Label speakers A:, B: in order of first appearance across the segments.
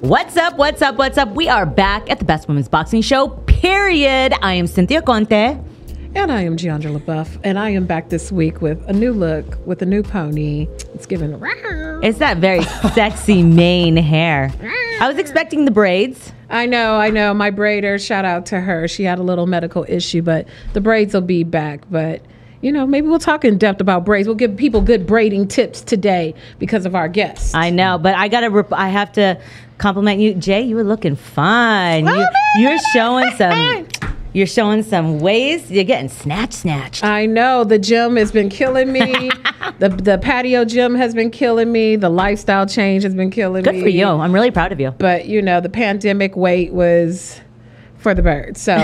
A: What's up? What's up? What's up? We are back at the Best Women's Boxing Show, period. I am Cynthia Conte.
B: And I am Giandra LaBeouf, and I am back this week with a new look, with a new pony. It's given.
A: It's that very sexy mane hair. I was expecting the braids.
B: I know, I know. My braider, shout out to her. She had a little medical issue, but the braids will be back. But you know, maybe we'll talk in depth about braids. We'll give people good braiding tips today because of our guests.
A: I know, but I gotta. Rep- I have to compliment you, Jay. You were looking fine. You, you're showing some. You're showing some ways. You're getting snatch snatched.
B: I know the gym has been killing me. the the patio gym has been killing me. The lifestyle change has been killing me.
A: Good for you. I'm really proud of you.
B: But you know, the pandemic weight was for the birds. So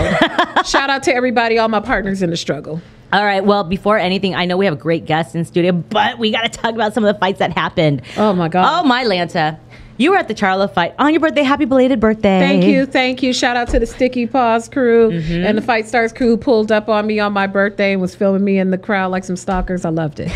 B: shout out to everybody, all my partners in the struggle.
A: All right. Well, before anything, I know we have a great guest in studio, but we got to talk about some of the fights that happened.
B: Oh my God.
A: Oh my Lanta, you were at the Charlo fight on your birthday. Happy belated birthday!
B: Thank you, thank you. Shout out to the Sticky Paws crew and the Fight Stars crew who pulled up on me on my birthday and was filming me in the crowd like some stalkers. I loved it.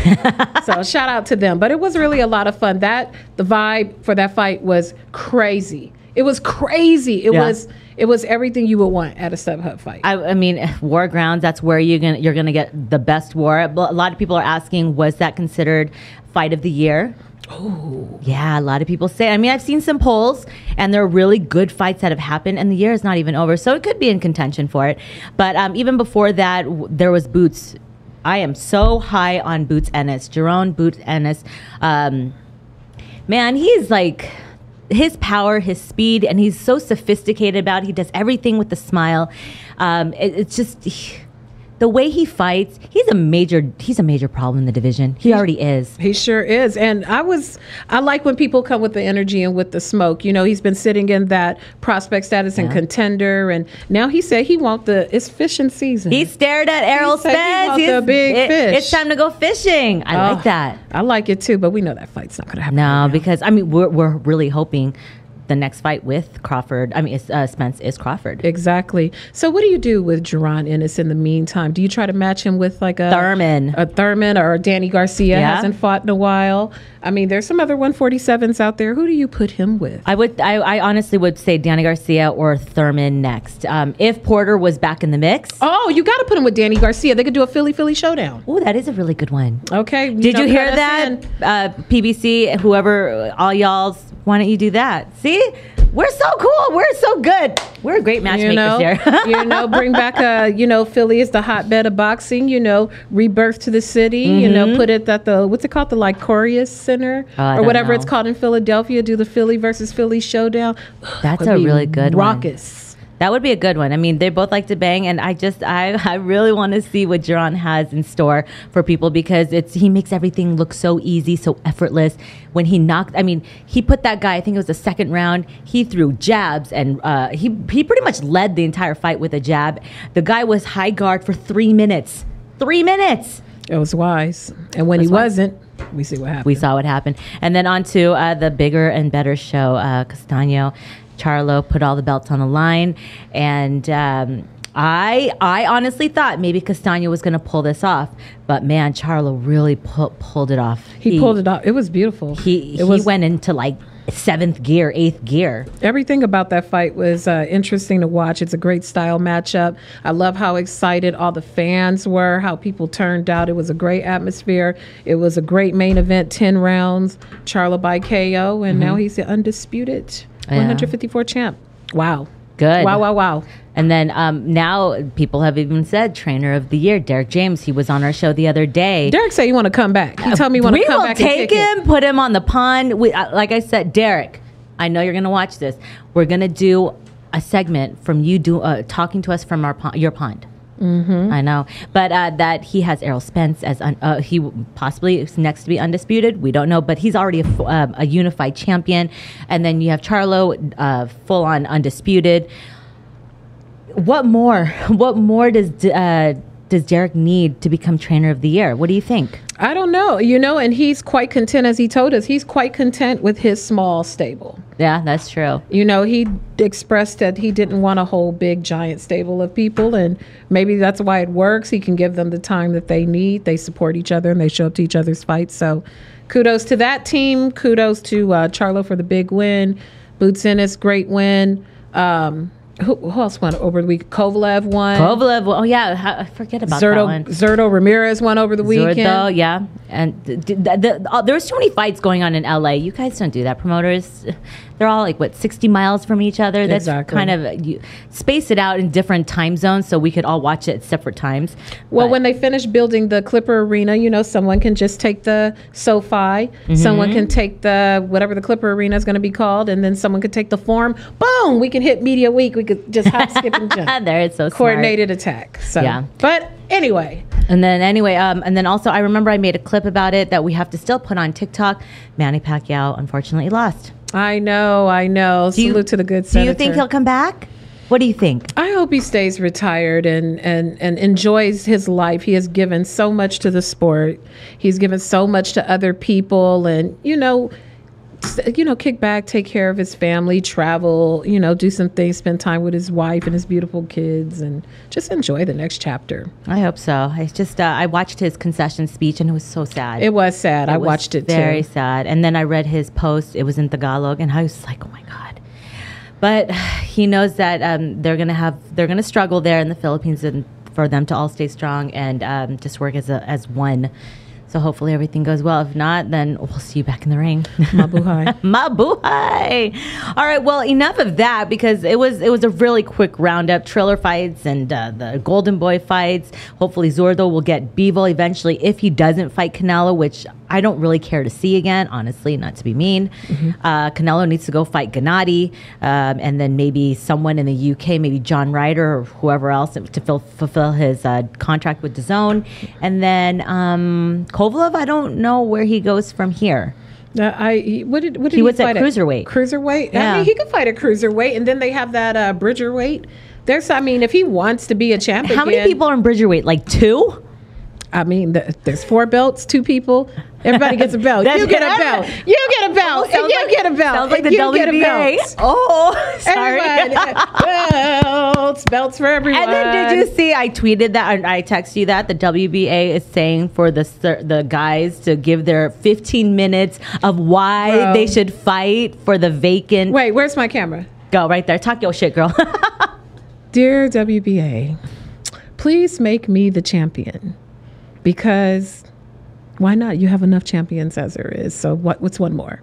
B: so shout out to them. But it was really a lot of fun. That the vibe for that fight was crazy. It was crazy. It
A: Yeah.
B: was it was everything you would want at a sub hub fight.
A: I, I mean, war grounds. That's where you're gonna you're gonna get the best war. A lot of people are asking, was that considered fight of the year? Oh, yeah. A lot of people say. I mean, I've seen some polls, and there are really good fights that have happened, and the year is not even over, so it could be in contention for it. But um, even before that, w- there was Boots. I am so high on Boots Ennis, Jerome Boots Ennis. Um, man, he's like his power, his speed, and he's so sophisticated about. It. He does everything with a smile. Um, it- it's just he- the way he fights. He's a major. He's a major problem in the division. He already is.
B: He sure is. And I was I like when people come with the energy and with the smoke. You know, he's been sitting in that prospect status and contender and now he said he want the it's fishing season.
A: He stared at Errol
B: said he
A: Spence.
B: wants a big
A: it-
B: fish.
A: It's time to go fishing. I
B: Oh,
A: like that.
B: I like it too, but we know that fight's not going to happen.
A: No, because I mean we're we're really hoping the next fight with Crawford. I mean it's, uh, Spence is Crawford.
B: Exactly. So what do you do with Jerron Ennis in the meantime? Do you try to match him with like a
A: Thurman.
B: A Thurman or Danny Garcia
A: Yeah.
B: hasn't fought in a while. I mean, there's some other 147s out there. Who do you put him with?
A: I would. I, I honestly would say Danny Garcia or Thurman next. Um, if Porter was back in the mix,
B: Oh, you got to put him with Danny Garcia. They could do a Philly Philly showdown.
A: Oh, that is a really good one.
B: Okay.
A: Did
B: know,
A: you
B: cut
A: hear
B: us
A: that?
B: in.
A: Uh, PBC, whoever, all y'all's, why don't you do that? See? We're so cool. We're so good. We're a great matchmaker
B: You know,
A: here.
B: you know, bring back a, you know, Philly is the hotbed of boxing. You know, rebirth to the city. You know, put it at the what's it called, the Lycorius Center
A: Mm-hmm. Oh, I
B: or
A: don't
B: whatever
A: know.
B: it's called in Philadelphia. Do the Philly versus Philly showdown.
A: That's
B: Could
A: a
B: be
A: really good one.
B: raucous.
A: that would be a good one. I mean, they both like to bang, and I just, I, I really want to see what Jaron has in store for people because it's he makes everything look so easy, so effortless. When he knocked, I mean, he put that guy. I think it was the second round. He threw jabs, and uh, he he pretty much led the entire fight with a jab. The guy was high guard for three minutes. Three minutes.
B: It was wise, and when he
A: wise.
B: wasn't, we see what happened.
A: we saw what happened. And then on to uh, the bigger and better show. Uh, Castaño, Charlo put all the belts on the line, and um, I I honestly thought maybe Castaño was going to pull this off, but man, Charlo really pu- pulled it off.
B: he, pulled it off. It was beautiful.
A: He
B: it
A: he
B: was
A: went into like seventh gear, eighth gear.
B: Everything about that fight was uh, interesting to watch. It's a great style matchup. I love how excited all the fans were, how people turned out. It was a great atmosphere. It was a great main event, 10 rounds, Charlo by KO, and now he's the undisputed
A: Mm-hmm. Yeah.
B: 154 champ. Wow.
A: Good.
B: Wow, wow, wow.
A: And then um, now people have even said trainer of the year, Derek James. He was on our show the other day.
B: Derek said you want to come back. He told me you want
A: Uh, we
B: to come
A: will
B: back and
A: take
B: kick it.
A: him, put him on the pond. We, uh, like I said, Derek, I know you're going to watch this. We're going to do a segment from you do uh, talking to us from our pond, your pond. Mm-hmm. I know, but uh, that he has Errol Spence as un- uh, he w- possibly is next to be undisputed. We don't know, but he's already a, f- um, a unified champion. And then you have Charlo, uh, full on undisputed. What more? What more does D- uh, does Derek need to become trainer of the year? What do you think?
B: I don't know. You know, and he's quite content, as he told us, he's quite content with his small stable.
A: Yeah, that's true.
B: you know he expressed that he didn't want a whole big giant stable of people and maybe that's why it works he can give them the time that they need they support each other and they show up to each other's fights so kudos to that team kudos to uh, charlo for the big win Boots Ennis, great win. Um, who, who else won over the week? Kovalev won.
A: Kovalev. Oh yeah, how- I forget about that
B: Zerto,
A: one.
B: Zerto Ramirez won over the weekend.
A: Zurdo, yeah, and th- th- th- th- uh, there's so many fights going on in LA. You guys don't do that, promoters. They're all like what 60 miles from each other. That's
B: Exactly.
A: kind of you space it out in different time zones so we could all watch it at separate times.
B: Well,
A: But-
B: when they finish building the Clipper Arena, you know, someone can just take the SoFi, someone
A: Mm-hmm.
B: can take the whatever the Clipper Arena is going to be called, and then someone could take the Forum. Boom! We can hit Media Week. We could just hop, skip, and
A: ah,
B: jump.
A: there it's so smart.
B: Coordinated attack. So,
A: Yeah.
B: but anyway,
A: And then anyway, um, and then also I remember I made a clip about it that we have to still put on TikTok. Manny Pacquiao unfortunately lost.
B: I know, I know.
A: Do you-
B: Salute to the good
A: Do
B: senator.
A: you think he'll come back? What do you think?
B: I hope he stays retired and, and, and enjoys his life. He has given so much to the sport. He's given so much to other people and, you know, s- you know, kick back, take care of his family, travel, you know, do some things, spend time with his wife and his beautiful kids and just enjoy the next chapter.
A: I hope so. I just uh, I watched his concession speech and it was so sad.
B: It was sad. I
A: was
B: watched it
A: Very
B: too.
A: sad. And then I read his post. It was in Tagalog, and I was like, oh my god. But he knows that um, they're gonna have they're gonna struggle there in the Philippines, and for them to all stay strong and um, just work as a, as one. So hopefully everything goes well. If not, then we'll see you back in the ring.
B: Mabuhay.
A: Mabuhay. All right. Well, enough of that because it was it was a really quick roundup. Trailer fights and uh, the Golden Boy fights. Hopefully, Zordo will get Beevil eventually if he doesn't fight Canelo, which I don't really care to see again. Honestly, not to be mean. Uh, Canelo needs to go fight Gennady, um, and then maybe someone in the UK, maybe John Ryder or whoever else, to fill, fulfill his uh, contract with DAZN. And then um, Kovalev, I don't know where he goes from here.
B: Uh, I he- what did what did
A: He was at
B: fight
A: cruiserweight.
B: Cruiserweight. I
A: Yeah.
B: mean, he could fight at cruiserweight, and then they have that uh, Bridger weight. There's, I mean, if he wants to be a champ,
A: How many
B: again-
A: people are in Bridgerweight? Like two?
B: I mean, th- there's four belts, two people. Everybody gets a belt.
A: That's-
B: you get a
A: everybody-
B: belt. You get a belt.
A: Sounds
B: and you
A: like-
B: get a belt.
A: Sounds like
B: and
A: the
B: you get a
A: WBA.
B: belt.
A: Oh, sorry.
B: Everybody, uh, belts, belts for everyone.
A: And then did you see? I tweeted that, and I texted you that the WBA is saying for the ser- the guys to give their 15 minutes of why
B: Bro.
A: they should fight for the vacant.
B: Wait, where's my camera?
A: Go right there. Talk your shit, girl.
B: Dear WBA, please make me the champion because why not? You have enough champions as there is. So what? What's one more?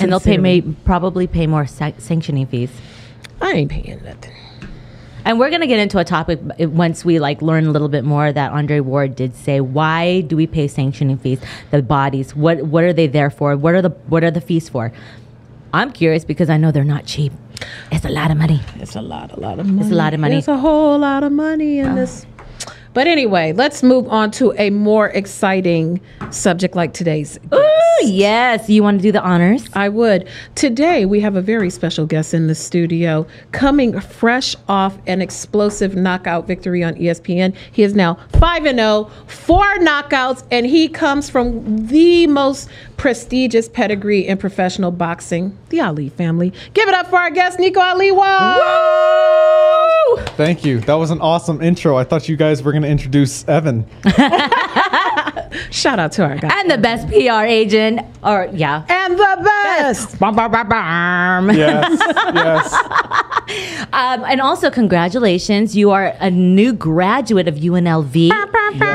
A: and they'll pay
B: Sincerely.
A: may, probably pay more sac- sanctioning fees.
B: I ain't paying nothing.
A: And we're going to get into a topic uh, once we like learn a little bit more that Andre Ward did say. Why do we pay sanctioning fees? The bodies. What what are they there for? What are the what are the fees for? I'm curious because I know they're not cheap. It's a lot of money.
B: It's a lot, a lot of money.
A: lot of money.
B: It's a whole lot of money in this. But anyway, let's move on to a more exciting subject like today's.
A: Ooh, yes. You want to do the honors?
B: I would. Today, we have a very special guest in the studio coming fresh off an explosive knockout victory on E ESPN. He is now 5 and 0, four knockouts, and he comes from the most prestigious pedigree in professional boxing, the Ali family. Give it up for our guest, Nico Ali. Whoa!
C: Thank you. That was an awesome intro. I thought you guys were going to introduce Evan.
B: Shout out to our guy.
A: And the best PR agent, or yeah.
B: and the best.
A: Bum, bum, bum, bum.
C: Yes. yes.
A: Um, and also, congratulations! You are a new graduate of UNLV.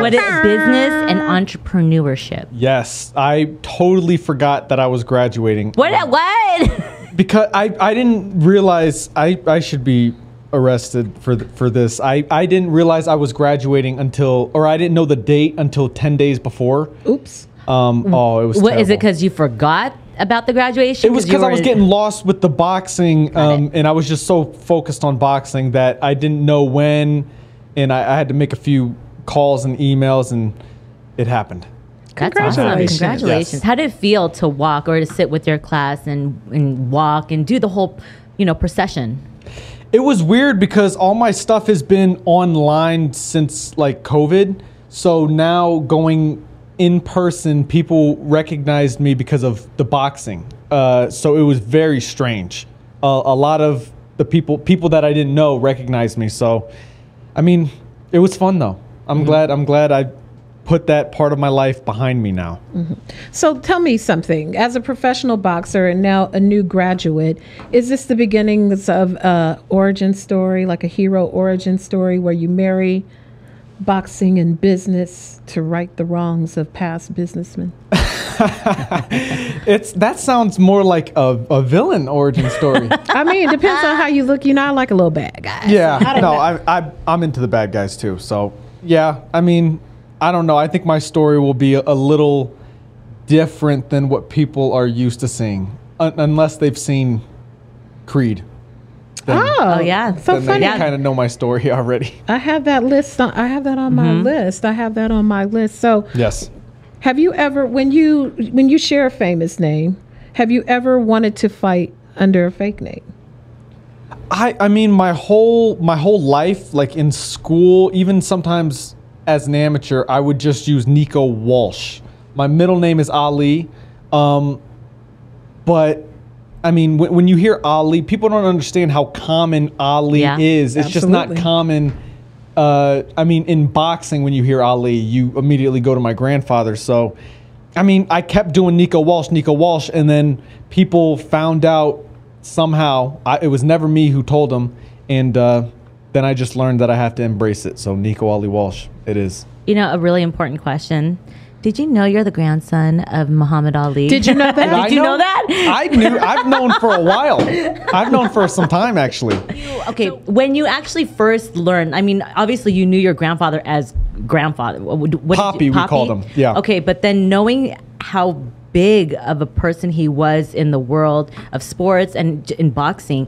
A: What is business and entrepreneurship?
C: Yes. I totally forgot that I was graduating.
A: What? What?
C: Because I, I didn't realize I, I should be arrested for th- for this. I, I didn't realize I was graduating until or I didn't know the date until 10 days before.
B: Oops.
C: Um oh, it was
A: Mm. What is it?
C: terrible.
A: Because you forgot about the graduation?
C: It was because I was getting lost with the boxing, um, and I was just so focused on boxing that I didn't know when, and I, I had to make a few calls and emails, and it happened.
A: That's
B: Congratulations.
A: awesome. Congratulations!
C: Yes.
A: How did it feel to walk or to sit with your class and and walk and do the whole, you know, procession?
C: It was weird because all my stuff has been online since like COVID, so now going in person, people recognized me because of the boxing. Uh, so it was very strange. Uh, a lot of the people people that I didn't know recognized me. So I mean, it was fun though. I'm glad. I'm glad I put that part of my life behind me now.
B: So tell me something. As a professional boxer and now a new graduate, is this the beginnings of a origin story, like a hero origin story, where you marry boxing and business to right the wrongs of past businessmen?
C: It's that sounds more like a, a villain origin story.
B: I mean, it depends on how you look. You know, I like a little bad guy.
C: yeah, no, I, I I'm into the bad guys too. So yeah, I mean, I don't know. I think my story will be a, a little different than what people are used to seeing, un- unless they've seen Creed. Then,
B: Oh,
A: Oh, yeah.
B: So
C: then
B: funny.
C: they kind of know my story already.
B: I have that list. On, I have that on my list. I have that on my list. So
C: Yes.
B: Have you ever, when you when you share a famous name, have you ever wanted to fight under a fake name?
C: I, I mean my whole my whole life like in school even sometimes as an amateur I would just use Nico Walsh. My middle name is Ali, um, but I mean when, when you hear Ali, people don't understand how common Ali
A: Yeah,
C: is. It's just
B: absolutely.
C: not common. Uh, I mean in boxing when you hear Ali, you immediately go to my grandfather. So I mean I kept doing Nico Walsh, Nico Walsh, and then people found out somehow I, it was never me who told him and uh, then i just learned that i have to embrace it so nico ali walsh it is
A: You know, a really important question. Did you know you're the grandson of Muhammad Ali?
B: Did you know that?
A: Did you know that?
C: i knew i've known for a while i've known for some time actually
A: okay, when you actually first learned, I mean, obviously you knew your grandfather as grandfather. What would- what did
C: Poppy,
A: you-
C: we called him, yeah.
A: Okay, but then knowing how big of a person he was in the world of sports and j- in boxing,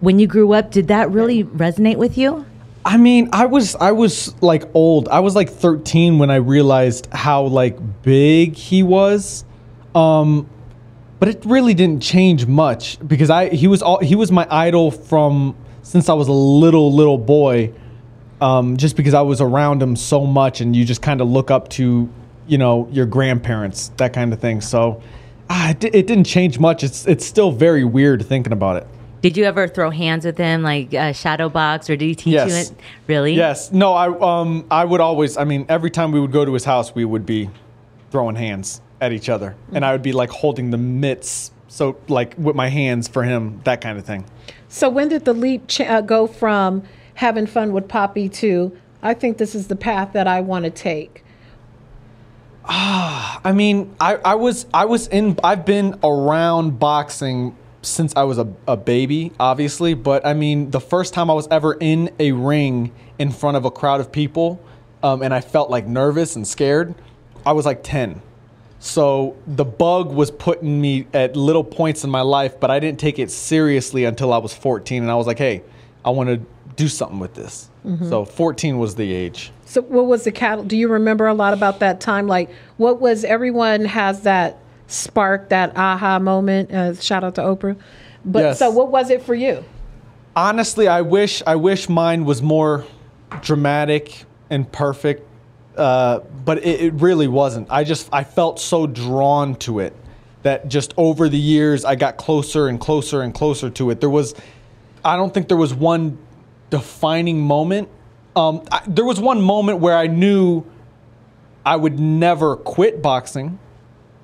A: when you grew up, did that really resonate with you?
C: i mean i was i was like old i was like 13 when i realized how like big he was um but it really didn't change much because i he was all he was my idol from since i was a little little boy um, just because I was around him so much, and you just kind of look up to, you know, your grandparents, that kind of thing. So, ah, it, di- it didn't change much. It's it's still very weird thinking about it.
A: Did you ever throw hands with him, like uh, shadow box, or did he teach you
C: Yes.
A: it? Really?
C: Yes, no, I um I would always, I mean, every time we would go to his house, we would be throwing hands at each other, and I would be like holding the mitts, so like with my hands for him, that kind of thing.
B: So when did the leap ch- uh, go from having fun with Poppy to I think this is the path that I want to take?
C: I mean, I, I was I was in I've been around boxing since I was a, a baby, obviously, but I mean the first time I was ever in a ring in front of a crowd of people, um, and I felt like nervous and scared, I was like ten. So the bug was putting me at little points in my life, but I didn't take it seriously until I was fourteen and I was like, Hey, I wanna do something with this. So fourteen was the age.
B: So what was the cattle? Do you remember a lot about that time? Like what was everyone has that spark, that aha moment? Uh, shout out to Oprah. But
C: Yes.
B: so what was it for you?
C: honestly i wish i wish mine was more dramatic and perfect uh, but it, it really wasn't i just i felt so drawn to it that just over the years i got closer and closer and closer to it there was i don't think there was one defining moment um, I, there was one moment where i knew i would never quit boxing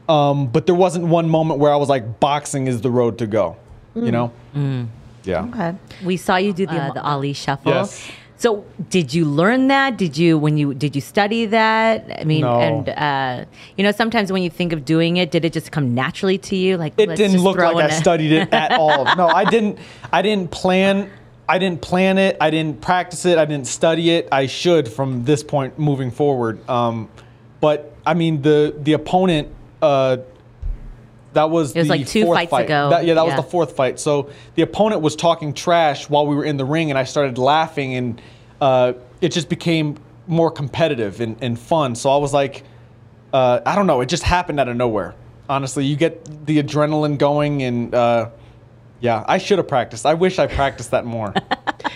C: um, but there wasn't one moment where i was like boxing is the road to go you know yeah
A: Okay. We saw you do the, uh, the Ali shuffle.
C: Yes.
A: So did you learn that? Did you when you did you study that? I mean,
C: No.
A: and uh, you know, sometimes when you think of doing it, did it just come naturally to you? Like
C: it
A: let's
C: didn't
A: just
C: look
A: throw
C: like I
A: in a-
C: studied it at all. No, I didn't. I didn't plan. I didn't plan it. I didn't practice it. I didn't study it. I should from this point moving forward. Um, but I mean, the the opponent. Uh, that was
A: It was
C: the
A: like two
C: fourth
A: fights
C: fight.
A: ago.
C: That- yeah, that
A: Yeah.
C: was the fourth fight. So the opponent was talking trash while we were in the ring, and I started laughing, and uh, it just became more competitive and, and fun. So I was like, uh, I don't know, it just happened out of nowhere. Honestly, you get the adrenaline going, and uh, yeah, I should have practiced. I wish I practiced that more.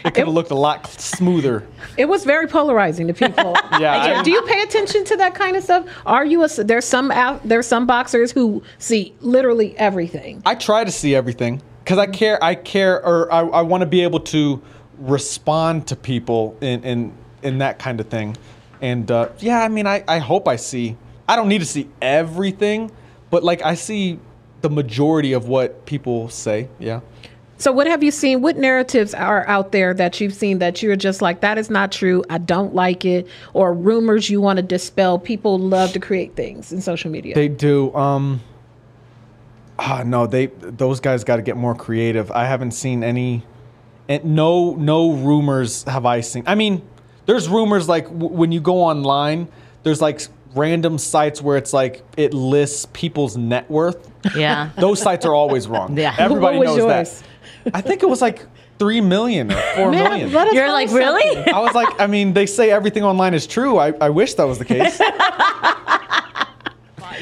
C: it could have looked a lot smoother.
B: It was very polarizing to people.
C: Yeah,
B: Like,
C: I-
B: do you pay attention to that kind of stuff? Are you a there's some out there's some boxers who see literally everything.
C: I try to see everything because I care. I care, or I, I want to be able to respond to people in in in that kind of thing. And uh, yeah, I mean, I, I hope I see. I don't need to see everything, but like I see the majority of what people say. Yeah.
B: So, what have you seen? What narratives are out there that you've seen that you're just like, that is not true. I don't like it, or rumors you want to dispel? People love to create things in social media.
C: They do. Um, ah, no, they those guys got to get more creative. I haven't seen any, and no, no rumors have I seen. I mean, there's rumors like w- when you go online, there's like s- random sites where it's like it lists people's net worth.
A: Yeah.
C: Those sites are always wrong.
A: Yeah.
C: everybody
B: What was
C: knows
B: yours?
C: that. I think it was like three million or four
B: Man,
C: million.
B: let us
A: You're
B: know
A: like,
B: something.
A: really?
C: I was like, I mean, they say everything online is true. I, I wish that was the case.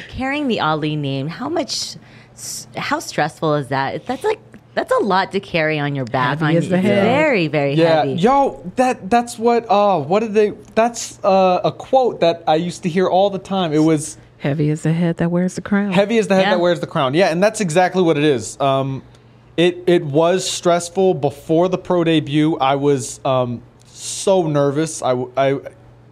A: Carrying the Ali name, how much, s- how stressful is that? That's like, that's a lot to carry on your back.
B: Heavy
A: on
B: as
A: you.
B: the
A: It's
B: head.
A: Very, very
C: Yeah,
A: heavy.
C: yo, that that's what. Uh, what did they? That's uh, a quote that I used to hear all the time. It was
B: Heavy is the head that wears the crown.
C: heavy is the head
A: Yeah.
C: that wears the crown. Yeah, and that's exactly what it is. Um, it it was stressful before the pro debut. I was um, so nervous. I w- I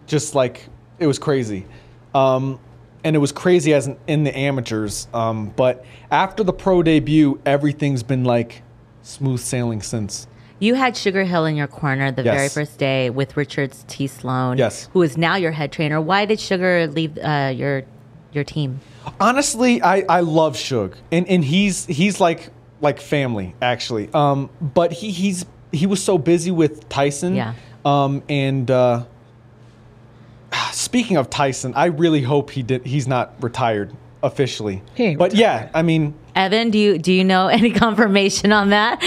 C: just like it was crazy, um, and it was crazy as in, in the amateurs. Um, but after the pro debut, everything's been like smooth sailing since.
A: You had Sugar Hill in your corner the
C: Yes.
A: very first day with Richards T. Sloan,
C: Yes.
A: who is now your head trainer. Why did Sugar leave uh, your your team?
C: honestly i i love shug and and he's he's like like family actually um but he he's he was so busy with tyson
A: Yeah.
C: um and uh speaking of tyson i really hope he did he's not retired officially
B: He ain't
C: but yeah i mean
A: Evan, do you do you know any confirmation on that?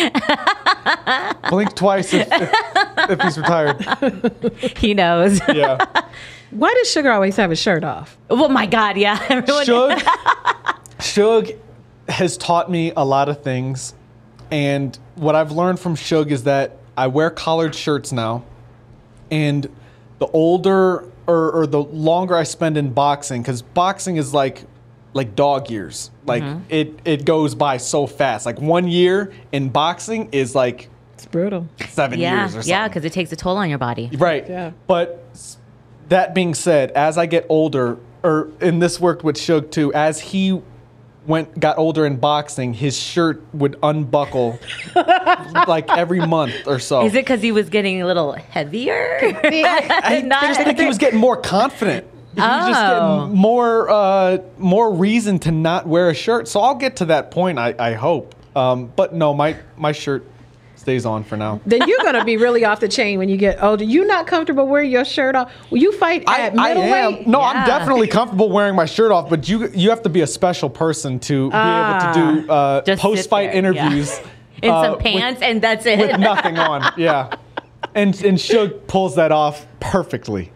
C: blink twice if, if, if he's retired
A: he knows.
C: yeah
B: Why does Sugar always have his shirt off?
A: oh my God! Yeah, everyone.
C: Shug, Shug has taught me a lot of things, and what I've learned from Shug is that I wear collared shirts now, and the older or, or the longer I spend in boxing, because boxing is like like dog years, like
A: Mm-hmm.
C: it it goes by so fast. Like one year in boxing is like
B: It's brutal.
C: seven
A: Yeah,
C: years or something.
A: yeah, because it takes a toll on your body.
C: Right.
B: Yeah.
C: But s- that being said, as I get older, or and this worked with Suge too, as he went got older in boxing, his shirt would unbuckle like every month or so.
A: Is it because he was getting a little heavier?
C: I
A: Not-
C: just think he was getting more confident. He was just
A: Oh.
C: getting more uh, more reason to not wear a shirt. So I'll get to that point, I, I hope. Um, but no, my my shirt stays on for now.
B: then you're gonna be really off the chain when you get older. You're not comfortable wearing your shirt off. Will you fight
C: I,
B: at
C: I
B: middleweight?
C: am. No,
A: Yeah.
C: I'm definitely comfortable wearing my shirt off, but you you have to be a special person to
B: Ah.
C: be able to do uh,
A: Just sit
C: post fight
A: there, yeah.
C: interviews
A: in
C: uh,
A: some
C: with-
A: pants, and that's it.
C: with, nothing on. Yeah, and and Suge pulls that off perfectly.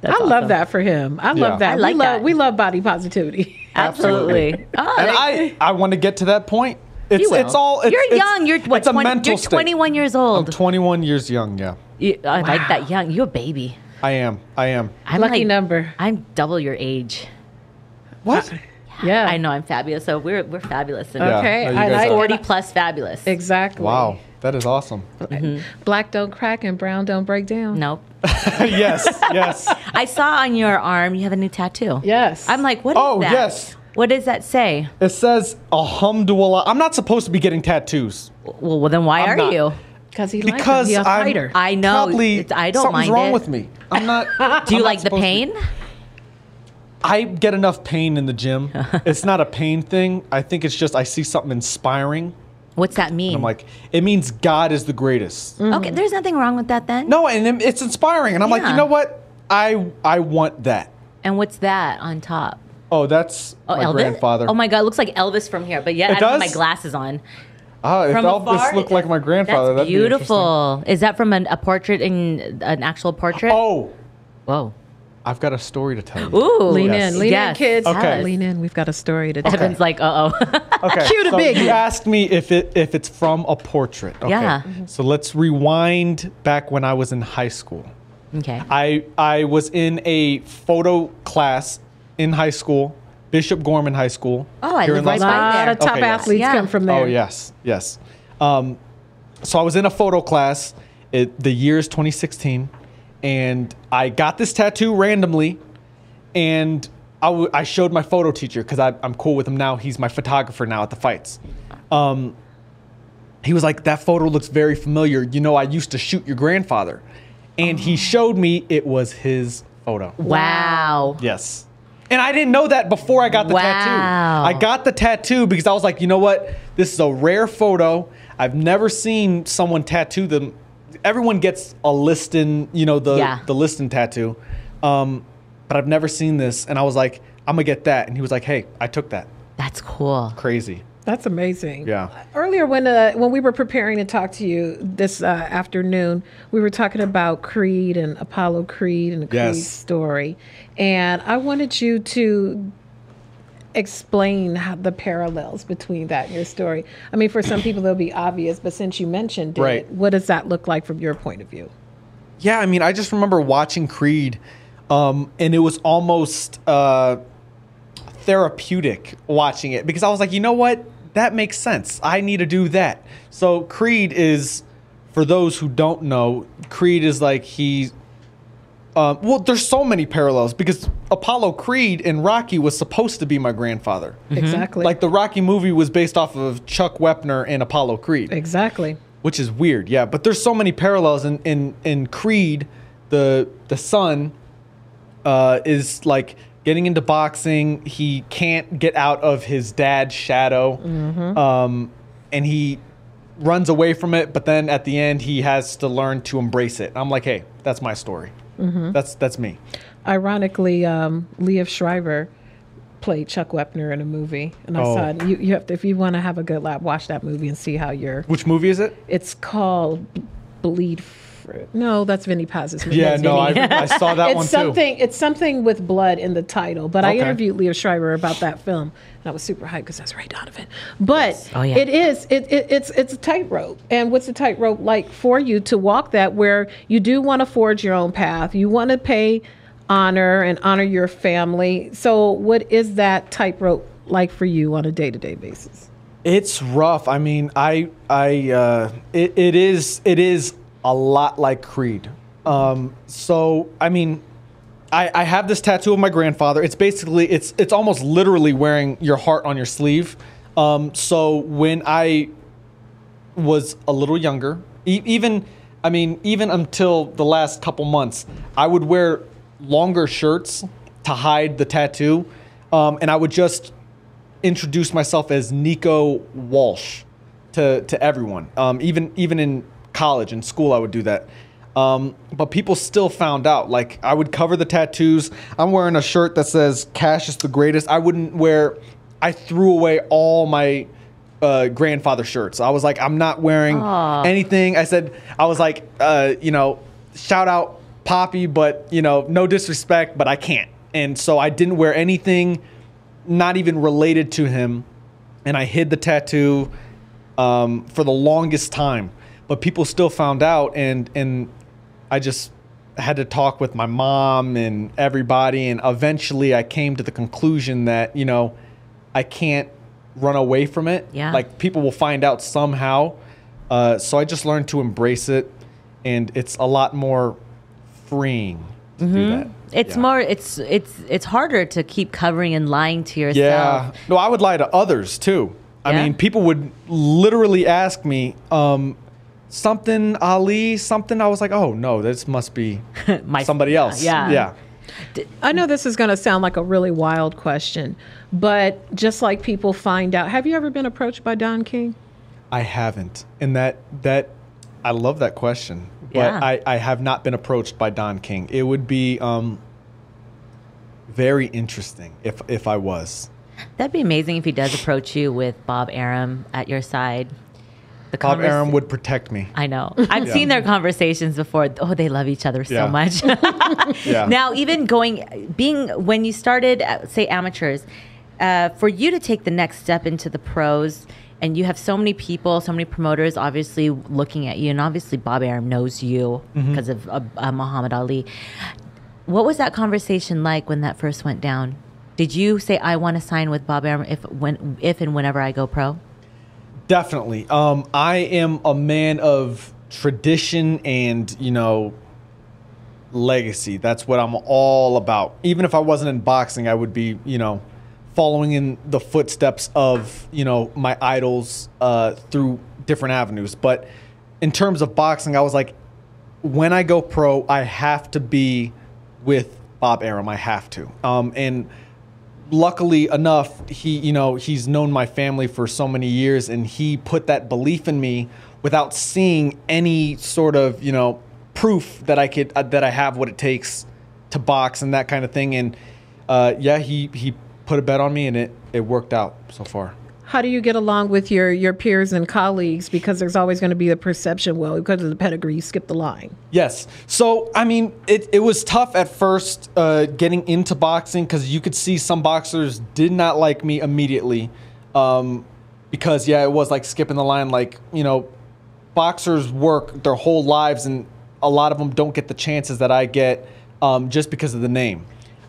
A: That's
B: I
A: awesome.
B: love that for him. I
C: Yeah.
B: love that.
A: I like
B: we love
A: that.
B: we love body positivity.
A: Absolutely. Oh,
C: and
A: like-
C: I I want to get to that point. It's
A: will.
C: it's all. It's,
A: You're
C: it's-
A: young. You're what?
C: It's a
A: 20
C: mental
A: you're
C: state.
A: 21 years old.
C: I'm 21 years young. Yeah,
A: You- I like that young. You're a baby.
C: I am. I am.
A: I'm
B: Lucky
A: like-
B: number.
A: I'm double your age.
C: What?
B: Yeah.
A: I know I'm fabulous. So we're we're fabulous. And
C: Yeah,
B: Okay.
C: no, you
B: I
C: guys
B: like
C: are-
A: 40
B: it.
A: plus fabulous.
B: Exactly.
C: Wow, that is awesome.
A: Mm-hmm.
B: Black don't crack and brown don't break down.
A: Nope.
C: yes, yes.
A: I saw on your arm you have a new tattoo.
B: Yes.
A: I'm like, what is
C: Oh,
A: that?
C: yes.
A: What does that say?
C: It says alhamdulillah. I'm not supposed to be getting tattoos.
A: Well, well then why
C: I'm
A: are
C: not.
A: you?
B: because he likes
C: because
B: he's a
C: I'm-
B: fighter.
A: I know.
C: Probably
A: It's- I don't
C: something's
A: mind
C: wrong
A: it.
C: with me. I'm not.
A: Do you
C: I'm not
A: like the
C: supposed to-
A: pain?
C: I get enough pain in the gym. it's not a pain thing. I think it's just I see something inspiring.
A: What's that mean?
C: I'm like, it means God is the greatest.
A: okay, there's nothing wrong with that then.
C: No, and it- it's inspiring, and I'm like,
A: Yeah.
C: you know what? I I want that.
A: And what's that on top?
C: Oh, that's
A: Oh,
C: my
A: Elvis.
C: grandfather.
A: Oh my God, it looks like Elvis from here. But yeah,
C: It
A: I don't have
C: does?
A: my glasses on.
C: Ah, if
A: From
C: Elvis
A: afar,
C: looked like my grandfather,
A: That's
C: that'd be interesting.
A: beautiful. Is that from an, a portrait in an actual portrait?
C: Oh,
A: Whoa.
C: I've got a story to tell you.
A: Ooh.
B: lean
C: Yes.
B: in, lean
A: Yes.
B: in, kids.
C: Okay.
B: Lean in. We've got a story to tell.
A: Evan's like, uh oh.
C: Okay.
B: Cue to
C: so
B: Biggie.
C: You asked me if it if it's from a portrait. Okay.
A: Yeah.
B: Mm-hmm.
C: So let's rewind back when I was in high school.
A: okay.
C: I I was in a photo class in high school, Bishop Gorman High School.
A: Oh, I
C: here
A: live
C: in
A: right
C: Los
B: A
A: by
C: Angeles.
B: lot
A: there.
B: of top
C: Okay, yes.
B: athletes
A: Yeah.
B: come from there.
C: Oh yes, yes. Um, so I was in a photo class. It, the year is 2016, and I got this tattoo randomly, and I, w- I showed my photo teacher because I'm cool with him now. He's my photographer now at the fights. Um, he was like, "That photo looks very familiar. You know, I used to shoot your grandfather," and
B: Oh.
C: he showed me it was his photo.
A: Wow.
C: Yes. And I didn't know that before I got the
A: Wow.
C: tattoo. I got the tattoo because I was like, you know what? This is a rare photo. I've never seen someone tattoo them. Everyone gets a listing, you know, the
A: Yeah.
C: the listing tattoo. Um, but I've never seen this. And I was like, I'm gonna get that. And he was like, Hey, I took that.
A: That's cool.
C: Crazy.
B: That's amazing.
C: Yeah.
B: Earlier, when uh, when we were preparing to talk to you this uh, afternoon, we were talking about Creed and Apollo Creed and the Creed
C: Yes.
B: story, and I wanted you to explain how the parallels between that and your story. I mean, for some people, they'll be obvious, but since you mentioned it,
C: Right.
B: what does that look like from your point of view?
C: Yeah, I mean, I just remember watching Creed, um, and it was almost uh, therapeutic watching it because I was like, you know what? That makes sense. I need to do that. So Creed is, for those who don't know, Creed is like he. Um, well, there's so many parallels because Apollo Creed and Rocky was supposed to be my grandfather.
B: Mm-hmm. Exactly.
C: Mm-hmm. Like the Rocky movie was based off of Chuck Wepner and Apollo Creed
B: exactly.
C: which is weird. Yeah, but there's so many parallels in in, in Creed. The the son uh, is like getting into boxing. He can't get out of his dad's shadow,
B: Mm-hmm.
C: um, and he runs away from it. But then at the end, he has to learn to embrace it. I'm like, hey, that's my story.
B: Mm-hmm.
C: That's that's me.
B: Ironically, um, Liev Schreiber played Chuck Wepner in a movie, and I
C: Oh.
B: saw it. You, you have to, if you want to have a good laugh, watch that movie and see how you're.
C: Which movie is it?
B: It's called Bleed. Fruit. No, that's Vinnie Paz's movie.
C: Yeah,
B: That's
C: no, I,
B: Vinny.
C: I saw that
B: it's
C: one too.
B: something. It's something with blood in the title. But I
C: Okay.
B: interviewed Liev Schreiber about that film, and I was super hyped because that's Ray Donovan. But
A: Oh, yeah.
B: it is. It, it, it's it's a tightrope. And what's the tightrope like for you to walk that? Where you do want to forge your own path. You want to pay honor and honor your family. So what is that tightrope like for you on a day to day basis?
C: It's rough. I mean, I I uh, it, it is it is a lot like Creed. Um, so I mean, I, I have this tattoo of my grandfather. It's basically it's it's almost literally wearing your heart on your sleeve. Um, so when I was a little younger, e- even I mean even until the last couple months, I would wear longer shirts to hide the tattoo, um, and I would just introduce myself as Nico Walsh to to everyone. Um, even even in college and school, I would do that. Um, but people still found out. Like I would cover the tattoos. I'm wearing a shirt that says "Cash is the greatest." I wouldn't wear. I threw away all my uh, grandfather shirts. I was like, I'm not wearing anything. I said, I was like, uh, you know, shout out Poppy, but you know, no disrespect, but I can't. And so I didn't wear anything not even related to him, and I hid the tattoo um, for the longest time. But people still found out, and and I just had to talk with my mom and everybody, and eventually I came to the conclusion that you know I can't run away from it.
A: Yeah.
C: like people will find out somehow. Uh, so I just learned to embrace it, and it's a lot more freeing to do that.
A: Mm-hmm. It's
C: Yeah.
A: more. It's it's it's harder to keep covering and lying to yourself.
C: Yeah. No, I would lie to others too. I
A: Yeah?
C: mean, people would literally ask me um, something Ali, something. I was like, oh no, this must be
A: My-
C: somebody else.
A: yeah.
C: Yeah.
B: I know this is going to sound like a really wild question, but just like people find out, have you ever been approached by Don King?
C: I haven't, and that that I love that question, but
A: Yeah.
C: I I have not been approached by Don King. It would be um, very interesting if if I was.
A: That'd be amazing if he does approach you with Bob Arum at your side. The
C: Bob
A: convers-
C: Arum would protect me.
A: I know. I've seen their conversations before. Oh, they love each other so
C: Yeah.
A: much.
C: Yeah.
A: Now, even going, being when you started, uh, say amateurs, uh, for you to take the next step into the pros, and you have so many people, so many promoters, obviously looking at you, and obviously Bob Arum knows you because of uh, uh, Muhammad Ali. What was that conversation like when that first went down? Did you say I want to sign with Bob Arum if when if and whenever I go pro?
C: Definitely. Um, I am a man of tradition and, you know, legacy. That's what I'm all about. Even if I wasn't in boxing, I would be, you know, following in the footsteps of, you know, my idols uh, through different avenues. But in terms of boxing, I was like, when I go pro, I have to be with Bob Arum. I have to. Um, and luckily enough, he, you know, he's known my family for so many years and he put that belief in me without seeing any sort of, you know, proof that I could, uh, that I have what it takes to box and that kind of thing. And, uh, yeah, he, he put a bet on me and it, it worked out so far.
B: How do you get along with your your peers and colleagues? Because there's always going to be the perception, well, because of the pedigree, you skip the line.
C: Yes. So, I mean, it, it was tough at first uh, getting into boxing because you could see some boxers did not like me immediately. Um, because, yeah, it was like skipping the line. Like, you know, boxers work their whole lives, and a lot of them don't get the chances that I get um, just because of the name.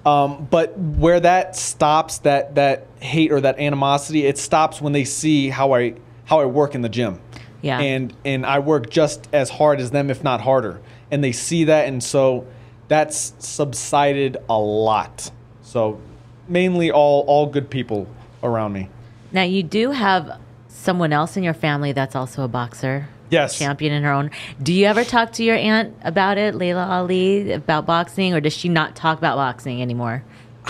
C: Um, but where that stops, that, that hate or that animosity, it stops when they see how I, how I work in the gym
A: Yeah.
C: and and I work just as hard as them, if not harder. And they see that, and so that's subsided a lot. So mainly all all good people around me.
A: Now you do have someone else in your family that's also a boxer.
C: Yes.
A: Champion in her own. Do you ever talk to your aunt about it, Layla Ali, about boxing, or does she not talk about boxing anymore?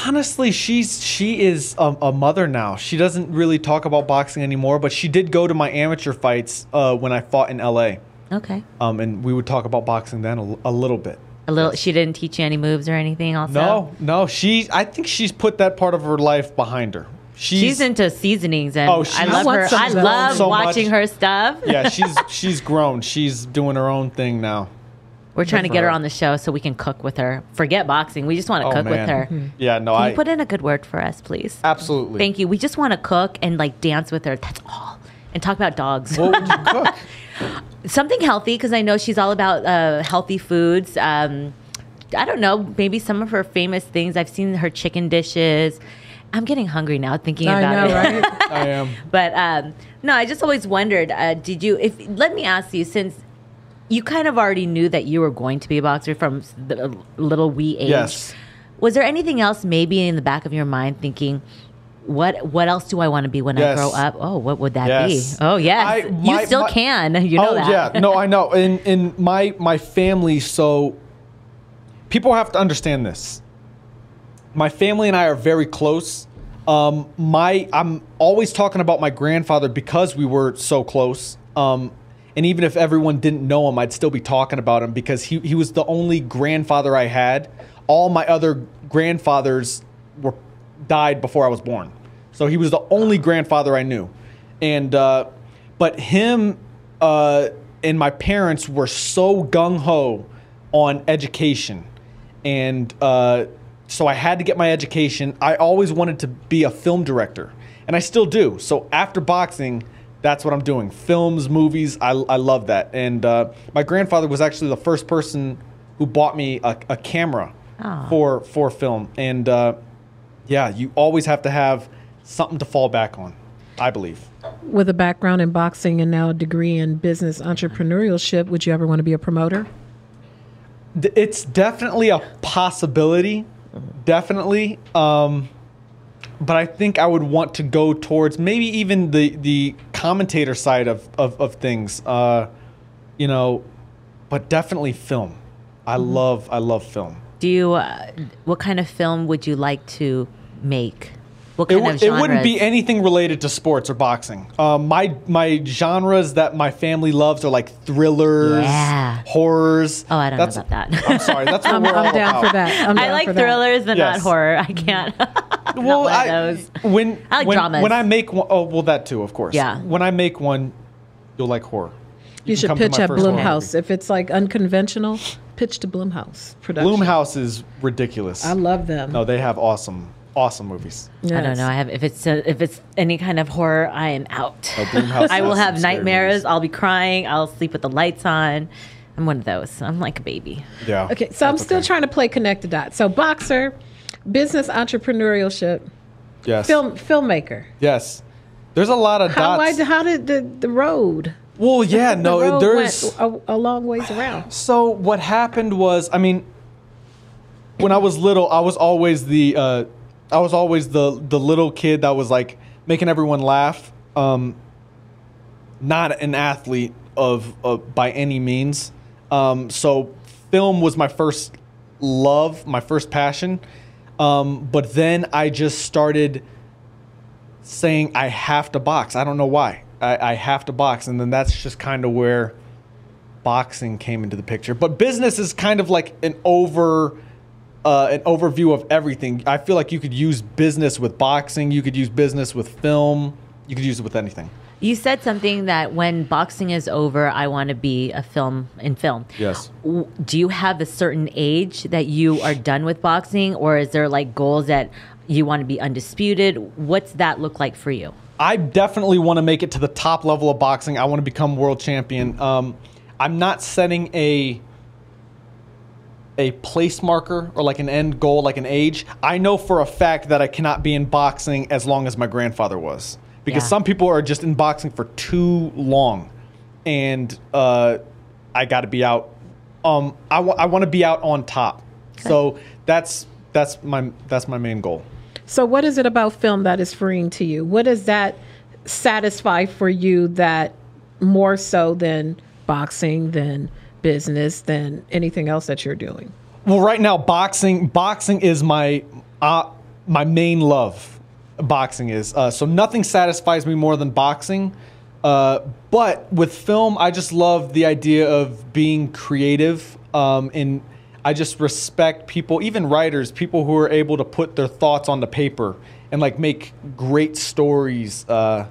C: Honestly, she's she is a, a mother now. She doesn't really talk about boxing anymore, but she did go to my amateur fights uh, when I fought in L.A.
A: Okay.
C: Um, and we would talk about boxing then a, l- a little bit.
A: A little she didn't teach you any moves or anything also?
C: No, no, she. I think she's put that part of her life behind her. She's,
A: She's into seasonings and
C: Oh,
A: I
C: she's-
A: love
B: I want
A: her.
B: some
A: I
B: of that.
A: love
C: So much.
A: watching her stuff.
C: yeah, she's she's grown. She's doing her own thing now.
A: We're trying to
C: for
A: get her
C: her.
A: on the show so we can cook with her. Forget boxing. We just want to
C: Oh,
A: cook with
C: man.
A: her.
C: Yeah, no,
A: Can
C: I
A: you put in a good word for us, please?
C: absolutely.
A: Thank you. We just want to cook and like dance with her. That's all. And talk about dogs.
C: What would you cook?
A: Something healthy because I know she's all about uh, healthy foods. Um, I don't know. Maybe some of her famous things. I've seen her chicken dishes. I'm getting hungry now thinking
B: I
A: about
B: know,
A: it.
B: right?
C: I am.
A: But um, no, I just always wondered. Uh, did you? If let me ask you, since you kind of already knew that you were going to be a boxer from s- the a little wee age,
C: Yes.
A: was there anything else maybe in the back of your mind thinking? What what else do I want to be when
C: Yes.
A: I grow up? Oh, what would that be?
C: Yes.
A: Oh yes,
C: I- my-
A: you still
C: my-
A: can. You know
C: oh
A: that.
C: yeah, no, I know. In in my my family, so people have to understand this. My family and I are very close. Um, my I'm always talking about my grandfather because we were so close. Um, and even if everyone didn't know him, I'd still be talking about him because he he was the only grandfather I had. All my other grandfathers were died before I was born, so he was the only grandfather I knew. And uh, but him uh, and my parents were so gung ho on education and uh, so I had to get my education. I always wanted to be a film director, and I still do. So after boxing, that's what I'm doing: films, movies. I, I love that. And uh, my grandfather was actually the first person who bought me a, a camera
A: Aw.
C: for for film. And uh, yeah, you always have to have something to fall back on. I believe.
B: With a background in boxing and now a degree in business entrepreneurship, would you ever want to be a promoter?
C: D- it's definitely a possibility definitely um but i think i would want to go towards maybe even the the commentator side of of, of things uh you know but definitely film i love i love film
A: Do you? Uh, what kind of film would you like to make? What
C: it,
A: kind
C: wou-
A: of
C: it
A: genres?
C: wouldn't be anything related to sports or boxing. Um, my my genres that my family loves are like thrillers,
A: Yeah.
C: horrors.
A: Oh, I don't know
C: That's-
A: about that.
C: I'm sorry. That's what
B: I'm,
C: we're all
B: I'm down
C: about.
B: for that. I'm
A: I
B: down
A: like
B: for that.
A: thrillers, but not
C: Yes.
A: horror. I can't.
C: well,
A: one of
C: I,
A: those.
C: When
A: I like
C: when,
A: dramas.
C: When I make one, oh well, that too, of course.
A: Yeah.
C: When I make one, you'll like horror.
B: You,
C: can
B: should
C: come to
B: pitch
C: my
B: at
C: first horror
B: Bloomhouse. If it's like unconventional, pitch to Bloomhouse
C: movie.
B: production.
C: Bloomhouse is ridiculous.
B: I love them.
C: no, they have awesome, awesome movies.
A: I don't
B: Yes.
A: know. I have if it's uh if it's any kind of horror, I am out.
C: Blumhouse
A: I will
C: has
A: have
C: some scary
A: nightmares.
C: movies.
A: I'll be crying. I'll sleep with the lights on. I'm one of those. I'm like a baby.
C: Yeah.
B: Okay, so I'm
C: That's
B: still
C: okay.
B: trying to play connect the dots. So boxer, business entrepreneurship,
C: Yes.
B: film filmmaker.
C: Yes. There's a lot of
B: How
C: dots.
B: why, how did the, the road?
C: well, yeah,
B: the
C: no,
B: road
C: there's.
B: went a, a long ways around.
C: So what happened was, I mean, when I was little, I was always the uh, I was always the the little kid that was like making everyone laugh. Um, not an athlete of uh, by any means. Um, so film was my first love, my first passion. Um, but then I just started saying I have to box. I don't know why. I, I have to box, and then that's just kind of where boxing came into the picture. But business is kind of like an over uh, an overview of everything. I feel like you could use business with boxing. You could use business with film. You could use it with anything.
A: You said something that when boxing is over, I want to be a film in film.
C: Yes.
A: W- Do you have a certain age that you are done with boxing, or is there like goals that you want to be undisputed? What's that look like for you?
C: I definitely want to make it to the top level of boxing. I want to become world champion. Um, I'm not setting a a place marker or like an end goal, like an age. I know for a fact that I cannot be in boxing as long as my grandfather was, because
A: Yeah.
C: some people are just in boxing for too long, and uh, I got to be out. Um, I want to be out on top, so that's that's my that's my main goal.
B: So, what is it about film that is freeing to you? What does that satisfy for you that more so than boxing, than business, than anything else that you're doing?
C: Well, right now, boxing boxing is my uh, my main love. Boxing is uh, so nothing satisfies me more than boxing. Uh, but with film, I just love the idea of being creative, um, and I just respect people, even writers, people who are able to put their thoughts on the paper and like make great stories. Uh,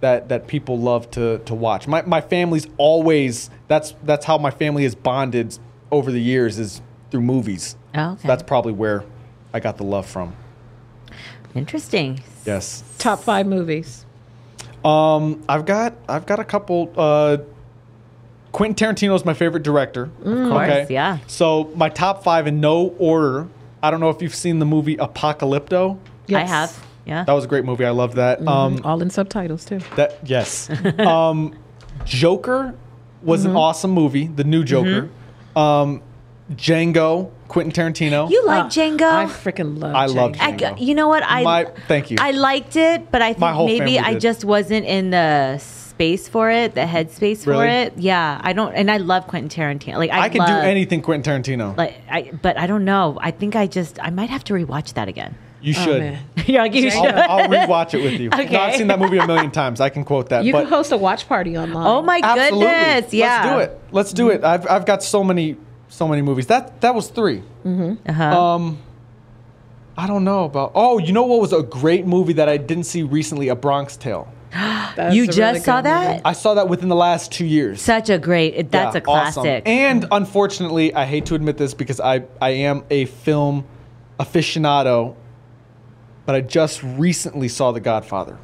C: that that people love to to watch. My my family's always that's that's how my family is bonded over the years is through movies.
A: Oh, okay.
C: So that's probably where I got the love from.
A: Interesting.
C: Yes.
B: Top five movies.
C: Um, I've got I've got a couple. Uh, Quentin Tarantino is my favorite director. Of
A: Mm, course, yeah.
C: So my top five in no order. I don't know if you've seen the movie Apocalypto.
A: I
B: Yes.
A: have. Yeah.
C: That was a great movie. I love that.
A: Mm-hmm.
C: Um,
B: All in subtitles, too.
C: That yes. um, Joker was
A: Mm-hmm.
C: an awesome movie. The new Joker. Um, Django, Quentin Tarantino.
A: you like Django?
B: Ah, I freaking love
C: I love
B: Django.
A: I
C: Django.
A: g- you know what? I
C: My- thank you.
A: I liked it, but I
C: My
A: think
C: whole
A: maybe
C: family
A: I
C: did.
A: just wasn't in the space for it, the headspace for
C: Really?
A: it. Yeah, I don't, and I love Quentin Tarantino. Like I,
C: I can
A: love,
C: do anything, Quentin Tarantino.
A: Like I, but I don't know. I think I just I might have to rewatch that again.
C: you should.
B: Oh, man.
A: yeah, like you
C: I'll,
A: should.
C: I'll rewatch it with you. No, I've
A: oh, Okay.
C: seen that movie a million times. I can quote that.
B: You
C: but
B: can host a watch party online.
A: Oh my
C: absolutely.
A: goodness! Yeah,
C: Let's do it. Let's do it. I've, I've got so many so many movies. That that was 3
A: Uh-huh.
C: Um, I don't know about. Oh, you know what was a great movie that I didn't see recently? A Bronx Tale.
B: That's
A: you
B: a
A: just
B: really
A: saw
B: good movie.
A: that?
C: I saw that within the last two years.
A: Such a great. It, that's
C: Yeah,
A: a classic.
C: Awesome. And unfortunately, I hate to admit this because I, I am a film aficionado, but I just recently saw The Godfather.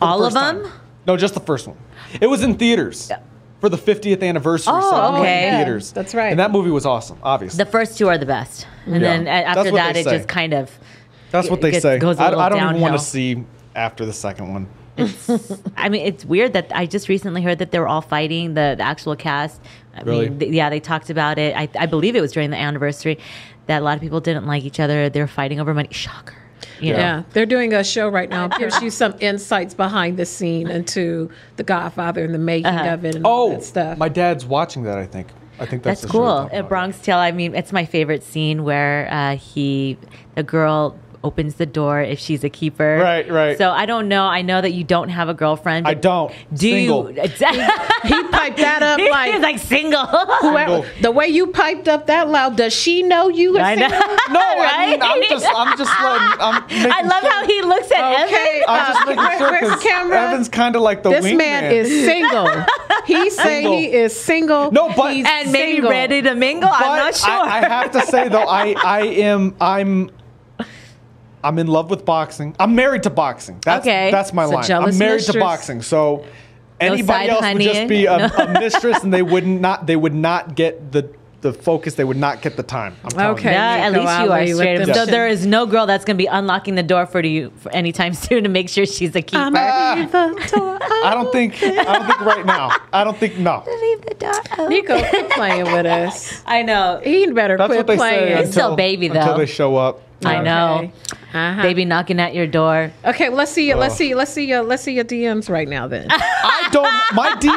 A: All of
C: First
A: them.
C: time. No, just the first one. It was in theaters for the 50th anniversary.
A: Oh,
C: so it was
A: okay.
C: In
A: Yeah,
C: theaters.
B: that's right.
C: And that movie was awesome, obviously.
A: The first two are the best, and
C: Yeah.
A: then a-
C: That's
A: after
C: what
A: that,
C: they
A: it
C: say.
A: just kind of.
C: That's what
A: it
C: they
A: gets-
C: say.
A: goes a
C: I,
A: little
C: I don't even want
A: downhill.
C: to see after the second one.
A: I mean, it's weird that I just recently heard that they were all fighting the, the actual cast. I
C: Really?
A: mean, th- yeah, they talked about it. I, I believe it was during the anniversary that a lot of people didn't like each other. They were fighting over money. Shocker. You
C: Yeah.
A: know?
B: Yeah, they're doing a show right now. Gives you some insights behind the scene into The Godfather and the making
A: Uh-huh.
B: of it and all
C: Oh,
B: that stuff.
C: my dad's watching that, I think. I think that's,
A: That's
C: the show we're
A: cool.
C: talking
A: At
C: about.
A: Bronx Tale, I mean, it's my favorite scene where uh, he, the girl, opens the door if she's a keeper.
C: Right, right.
A: So I don't know. I know that you don't have a girlfriend.
C: I
A: but
C: don't.
A: Do
C: Single.
A: you? Exactly.
B: he piped that up like,
A: He's like single.
B: whoever, the way you piped up that loud. Does she know you?
A: I know.
C: No, I
A: Right?
C: mean, I'm just, I'm just letting, I'm making
A: I love
C: sure.
A: how he looks at
B: Okay,
A: Evan.
C: I'm just
B: uh,
C: making sure
B: where- where's the
C: 'cause
B: camera?
C: Evan's kind of like the
B: This
C: wingman.
B: man is single. He say
C: Single.
B: he is single.
C: No, but-
B: He's
A: and maybe
B: single.
A: ready to mingle.
C: But
A: I'm not sure.
C: I, I have to say though, I, I am, I'm, I'm in love with boxing. I'm married to boxing. That's,
A: Okay.
C: that's my
B: So
C: line.
B: jealous
C: I'm married to
B: mistress.
C: boxing. So anybody
A: side
C: else would just be a,
A: honeying?
C: a mistress, and they would not, they would not get the the focus, they would not get the time. I'm telling
B: Okay.
C: You.
A: Yeah, at
B: Nico,
A: least
B: I'll
A: you are
B: leave with
A: straight. up.
B: this
A: So
B: one.
A: there is no girl that's going to be unlocking the door for you for anytime soon to make sure she's a keeper.
B: I'm a diva, tour-
C: Ah. I don't think. I don't think right now. I don't think no.
A: Leave the door open.
B: Nico, quit playing with us.
A: I know.
B: He better
C: That's
B: quit
C: what they say.
B: playing.
A: It's still baby, though.
C: Until they show up.
A: I know.
B: Uh-huh.
A: Baby knocking at your door.
B: Okay, let's see. Let's
C: Oh.
B: see. Let's see. Your, let's see your DMs right now. Then
C: I don't. My D.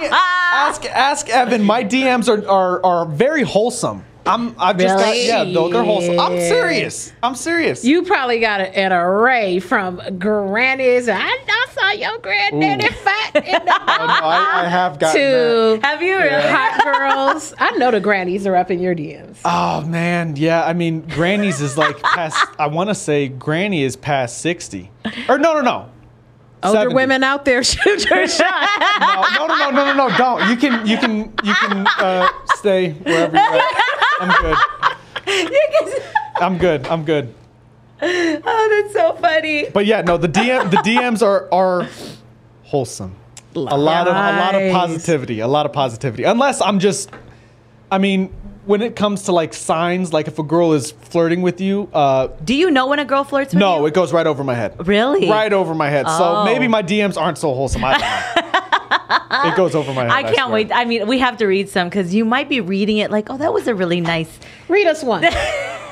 C: ask ask Evan. My DMs are are, are very wholesome. I'm. I've just got.
A: Really?
C: Yeah, though they're wholesome. I'm
B: Yeah.
C: serious. I'm serious.
B: you probably got a, an array from grannies. I, I saw your granddaddy
C: Ooh.
B: fat in the
C: Oh, no, I, I have gotten that.
B: to
A: Have you really?
B: hot girls. I know the grannies are up in your DMs.
C: Oh man, yeah. I mean, Granny's is like past. I want to say Granny is past sixty. Or no, no, no.
B: Older
C: 70.
B: women out there shoot your shot.
C: No, no, no, no, no, no, no. Don't. You can, you can, you can uh, stay wherever you're at. I'm good. I'm good. I'm good.
A: oh, that's so funny.
C: But yeah, no. The DM, the DMs are are wholesome. A lot of a lot of
B: Nice.
C: positivity. A lot of positivity. Unless I'm just, I mean, when it comes to like signs, like if a girl is flirting with you, uh,
A: Do you know when a girl flirts with you?
C: no, it goes right over my head.
A: Really?
C: Right over my head.
A: Oh.
C: So maybe my DMs aren't so wholesome. I don't know. it goes over my head.
A: I can't
C: swear.
A: wait. I mean, we have to read some because you might be reading it like, oh, that was a really nice.
B: Read us one.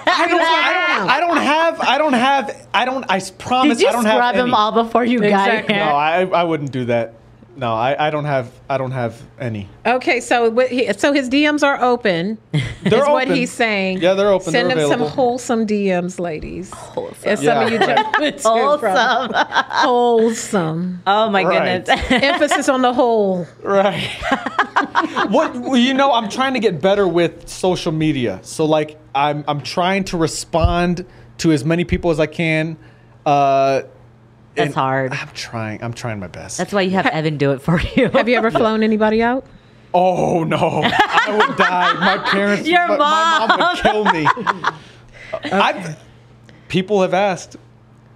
C: I don't, I, don't, I don't have. I don't have. I don't. I s- promise.
A: Did you
C: I don't have
A: scrub
C: any.
A: them all before you
B: Exactly.
A: got
C: No,
A: here?
C: I, I wouldn't do that. No, I, I don't have. I don't have any.
B: Okay, so what he, so his DMs are open.
C: They're
B: is what
C: open.
B: he's saying.
C: Yeah, they're open.
B: Send
C: they're
B: him
C: available.
B: some wholesome DMs, ladies. Wholesome. As some
C: Yeah,
B: of you
C: right.
B: jumped into from.
A: Wholesome.
B: Wholesome.
A: Oh my
C: Right.
A: goodness.
B: Emphasis on the whole.
C: Right. what well, you know, I'm trying to get better with social media. So like, I'm I'm trying to respond to as many people as I can. Uh,
A: That's
C: and
A: hard.
C: I'm trying. I'm trying my best.
A: That's why you have Evan do it for you.
B: Have you ever flown anybody out?
C: Oh no, I would die. My parents,
A: Your
C: my, my mom would kill me. I've, people have asked.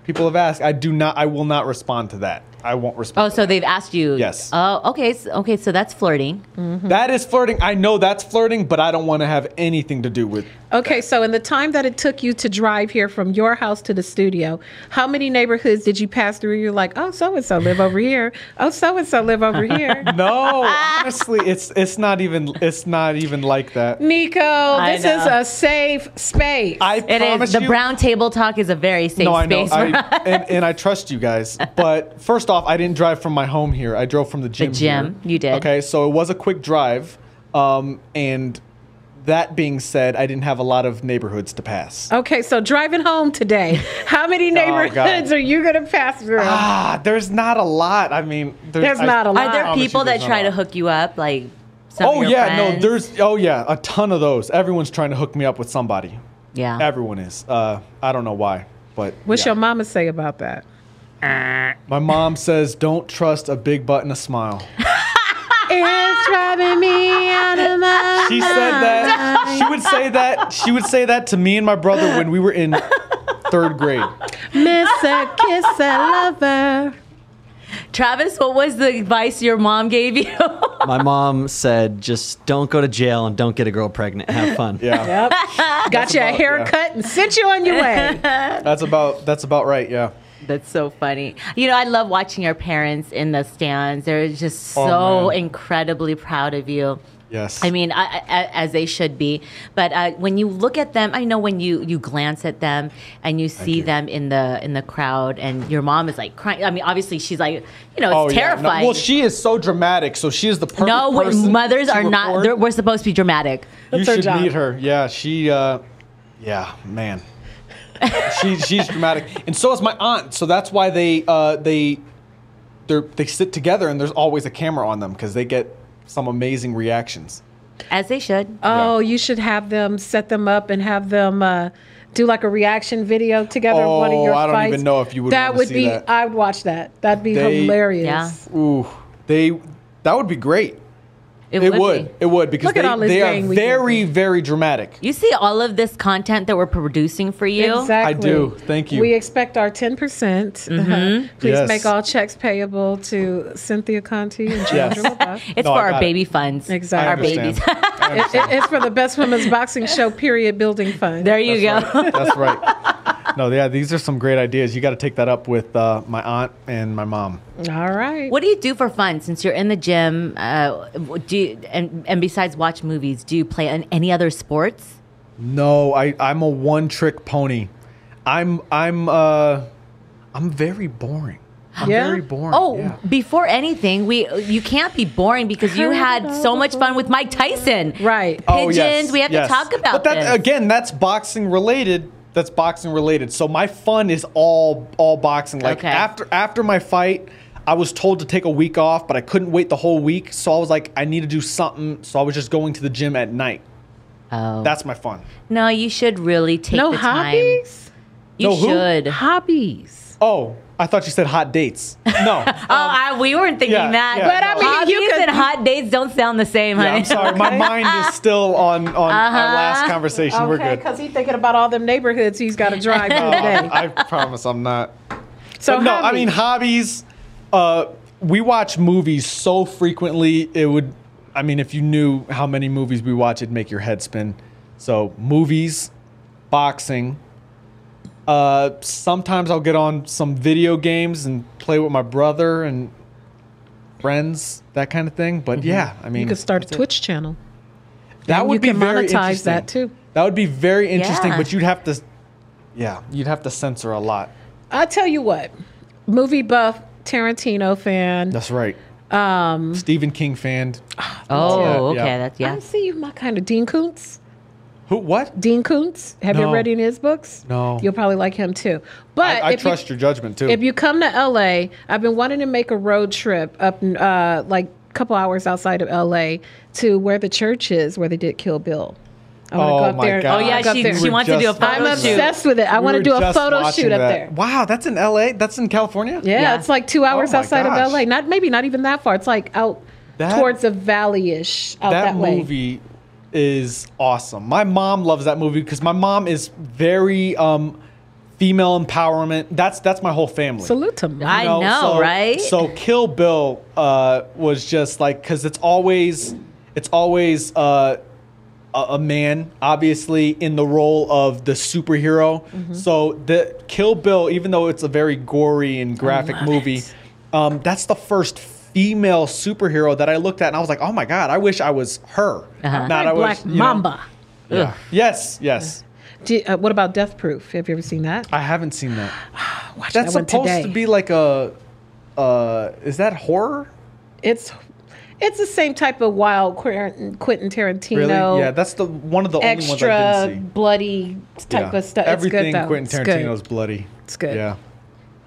C: People have asked. I do not. I will not respond to that. I won't
A: Oh,
C: respond.
A: so they've asked you.
C: Yes.
A: Oh, okay. So, okay, so that's flirting.
C: that is flirting. I know that's flirting, but I don't want to have anything to do with.
B: Okay, so in the time that it took you to drive here from your house to the studio, how many neighborhoods did you pass through? You're like, oh, so and so live over here. Oh, so and so live over here.
C: No, honestly, it's it's not even it's not even like that.
B: Nico, this
A: know.
B: is a safe space.
C: I
A: It is
C: promise
A: the
C: you,
A: brown table talk is a very safe
C: No, I know,
A: space. for
C: I, and, and I trust you guys. But first off, I didn't drive from my home here. I drove from the gym.
A: gym,
C: here.
A: you did.
C: Okay, so it was a quick drive, um, and that being said, I didn't have a lot of neighborhoods to
A: Oh.
C: pass.
B: okay, so driving home today, how many
C: Oh, God.
B: neighborhoods are you gonna pass through?
C: Ah, there's not a lot. I mean,
B: There's not a lot.
A: Are there
C: promise you
A: people
C: there's
A: that
C: not
A: try
C: a
A: to
C: lot.
A: hook you up? Like, some of
C: Oh
A: your
C: yeah,
A: friends?
C: no, there's oh yeah, a ton of those. Everyone's trying to hook me up with somebody.
A: Yeah.
C: Everyone is. Uh, I don't know why, but
B: What's
C: yeah.
B: your mama say about that?
C: My mom says, "Don't trust a big butt and a smile."
B: It's driving me out of my
C: She said that. She would say that. She would say that to me and my brother when we were in third grade.
B: Mr. Kiss a lover.
A: Travis, what was the advice your mom gave you?
D: My mom said, just don't go to jail and don't get a girl pregnant. Have fun.
C: Yeah,
B: Yep. Got you a
C: about- yeah.
B: haircut and sent you on your way.
C: that's about that's about right. Yeah.
A: That's so funny. You know, I love watching your parents in the stands. They're just
C: Oh,
A: so
C: man.
A: incredibly proud of you.
C: Yes.
A: I mean, I, I, a- as they should be. But uh, when you look at them, I know when you, you glance at them and you see
C: you.
A: them in the in the crowd, and your mom is like crying. I mean, obviously she's like, you know,
C: Oh
A: it's
C: yeah. No,
A: terrifying.
C: well, she is so dramatic, so she is the perfect
A: no, we-
C: person
A: mothers
C: to
A: are not.
C: report.
A: they're- We're supposed to be dramatic.
C: you
B: That's her
C: should
B: job.
C: meet her. Yeah, she. Uh, yeah, man. she she's dramatic, and so is my aunt. So that's why they uh, they they they sit together, and there's always a camera on them because they get some amazing reactions.
A: As they should.
C: Uh,
B: Oh, you should have them set them up and have them uh, do like a reaction video together. of one of
C: Oh,
B: your
C: I don't
B: fights.
C: even know if you would
B: That
C: wanna
B: would
C: see
B: be.
C: that.
B: I'd watch that. That'd be
C: They-
B: hilarious.
A: Yeah.
C: Ooh, they that would be great. It would.
A: be.
C: It would because
B: Look at all
C: they,
B: this
C: they are
B: dang we can
C: very, very dramatic.
A: You see all of this content that we're producing for you. Mm-hmm.
B: Exactly.
C: do. Thank you.
B: We expect our 10%. percent Uh-huh. Please
C: Yes.
B: make all checks payable to Cynthia Conti and Chandra
C: Yes.
B: LaBeouf.
A: It's
C: No,
A: for
C: I
A: our
C: got it.
A: baby funds. Our
B: Exactly.
A: babies.
C: I
B: It- it- it's for the best women's boxing show. Period. Building fund.
A: There you go.
C: That's right. No, yeah, these are some great ideas. You got to take that up with uh, my aunt and my mom.
B: All right.
A: What do you do for fun since you're in the gym? Uh, do you, and and besides watch movies, do you play an, any other sports?
C: No, I I'm a one trick pony. I'm I'm uh I'm very boring. I'm
B: Yeah?
C: very boring.
A: Oh,
C: yeah.
A: before anything, we you can't be boring because you had so much fun with Mike Tyson.
B: Right.
A: Oh, Pigeons, we have to talk about
C: But that
A: this.
C: again, that's boxing related. That's boxing related. So my fun is all all boxing. Like
A: Okay.
C: after after my fight, I was told to take a week off, but I couldn't wait the whole week. So I was like, I need to do something. So I was just going to the gym at night.
A: Oh.
C: That's my fun.
A: no, you should really take
B: No
A: the time.
B: hobbies.
A: You
C: No who?
A: should. Oh,
B: Hobbies.
C: Oh, I thought you said hot dates. No.
A: Oh, I, we weren't thinking
C: Yeah,
A: that.
C: yeah, But I no.
B: mean, you
A: Hobbies
B: could-
A: and hot dates don't sound the same,
C: Yeah,
A: honey.
C: I'm sorry. My mind is still on on our last conversation.
B: Uh-huh.
C: We're
B: Okay,
C: good.
B: because he's thinking about all them neighborhoods he's got to drive through today.
C: Um, I promise I'm not.
B: So
C: But no, I
B: hobbies.
C: mean hobbies. Uh, we watch movies so frequently. It would, I mean, if you knew how many movies we watch, it'd make your head spin. So movies, boxing. Uh, sometimes I'll get on some video games and play with my brother and friends, that kind of thing. But yeah, I mean,
B: Mm-hmm. you could start a Twitch channel.
C: that
B: and
C: would
B: you
C: be
B: can
C: very
B: monetize
C: interesting.
B: that, too.
C: That would be very interesting,
A: Yeah.
C: but you'd have to, yeah, you'd have to censor a lot.
B: I tell you what, movie buff, Tarantino fan.
C: That's right. Um, Stephen King fan.
A: oh,
C: Yeah,
A: okay.
C: yeah.
A: That's
B: I
A: yeah.
B: don't see you my kind of Dean Koontz.
C: Who? What?
B: Dean Koontz. Have you
C: No.
B: read any of his books?
C: No.
B: You'll probably like him too. But
C: I, I
B: if you-
C: trust your judgment too.
B: If you come to LA, I've been wanting to make a road trip up, uh, like a couple hours outside of LA to where the church is, where they did Kill Bill. I want to
C: Oh
B: go up
C: my
B: there.
C: God.
A: Oh yeah,
C: I got
A: she,
C: there.
A: she
C: We
A: wants to
C: were
A: do a
C: just-
A: photo
B: I'm
A: shoot.
B: obsessed with it. I
C: We
B: want to
C: were
B: do a
C: just
B: photo
C: watching
B: shoot up
C: that.
B: there.
C: Wow, that's in L.A. That's in California.
B: Yeah,
A: Yeah.
B: it's like two hours
C: Oh my
B: outside
C: gosh.
B: of LA. Not maybe not even that far. It's like out
C: That-
B: towards the valley ish out
C: that,
B: that, way.
C: movie is awesome. My mom loves that movie because my mom is very um, female empowerment. That's that's my whole family.
B: Salute to Mom.
A: I know,
C: so,
A: right?
C: So Kill Bill uh, was just like because it's always it's always uh, a, a man, obviously in the role of the superhero.
A: Mm-hmm.
C: So the Kill Bill, even though it's a very gory and graphic movie, um, that's the first female superhero that I looked at and I was like, oh my god, I wish I was her.
A: Uh-huh.
C: Not
B: Like
C: I wish,
B: Black
C: you know-
B: Mamba.
C: Yeah. Yes, yes.
B: Do- uh, what about Death Proof? Have you ever seen that?
C: I haven't seen that.
B: Watch
C: That's
B: that one
C: supposed
B: today.
C: to be like a. Uh, is that horror?
B: it's it's the same type of wild Quentin Quentin Tarantino.
C: Really? yeah, that's the one of the only ones I
B: extra
C: didn't see.
B: bloody type
C: Yeah.
B: of stuff.
C: Everything
B: it's good, though.
C: Quentin
B: It's good.
C: Tarantino's bloody.
B: It's good.
C: Yeah.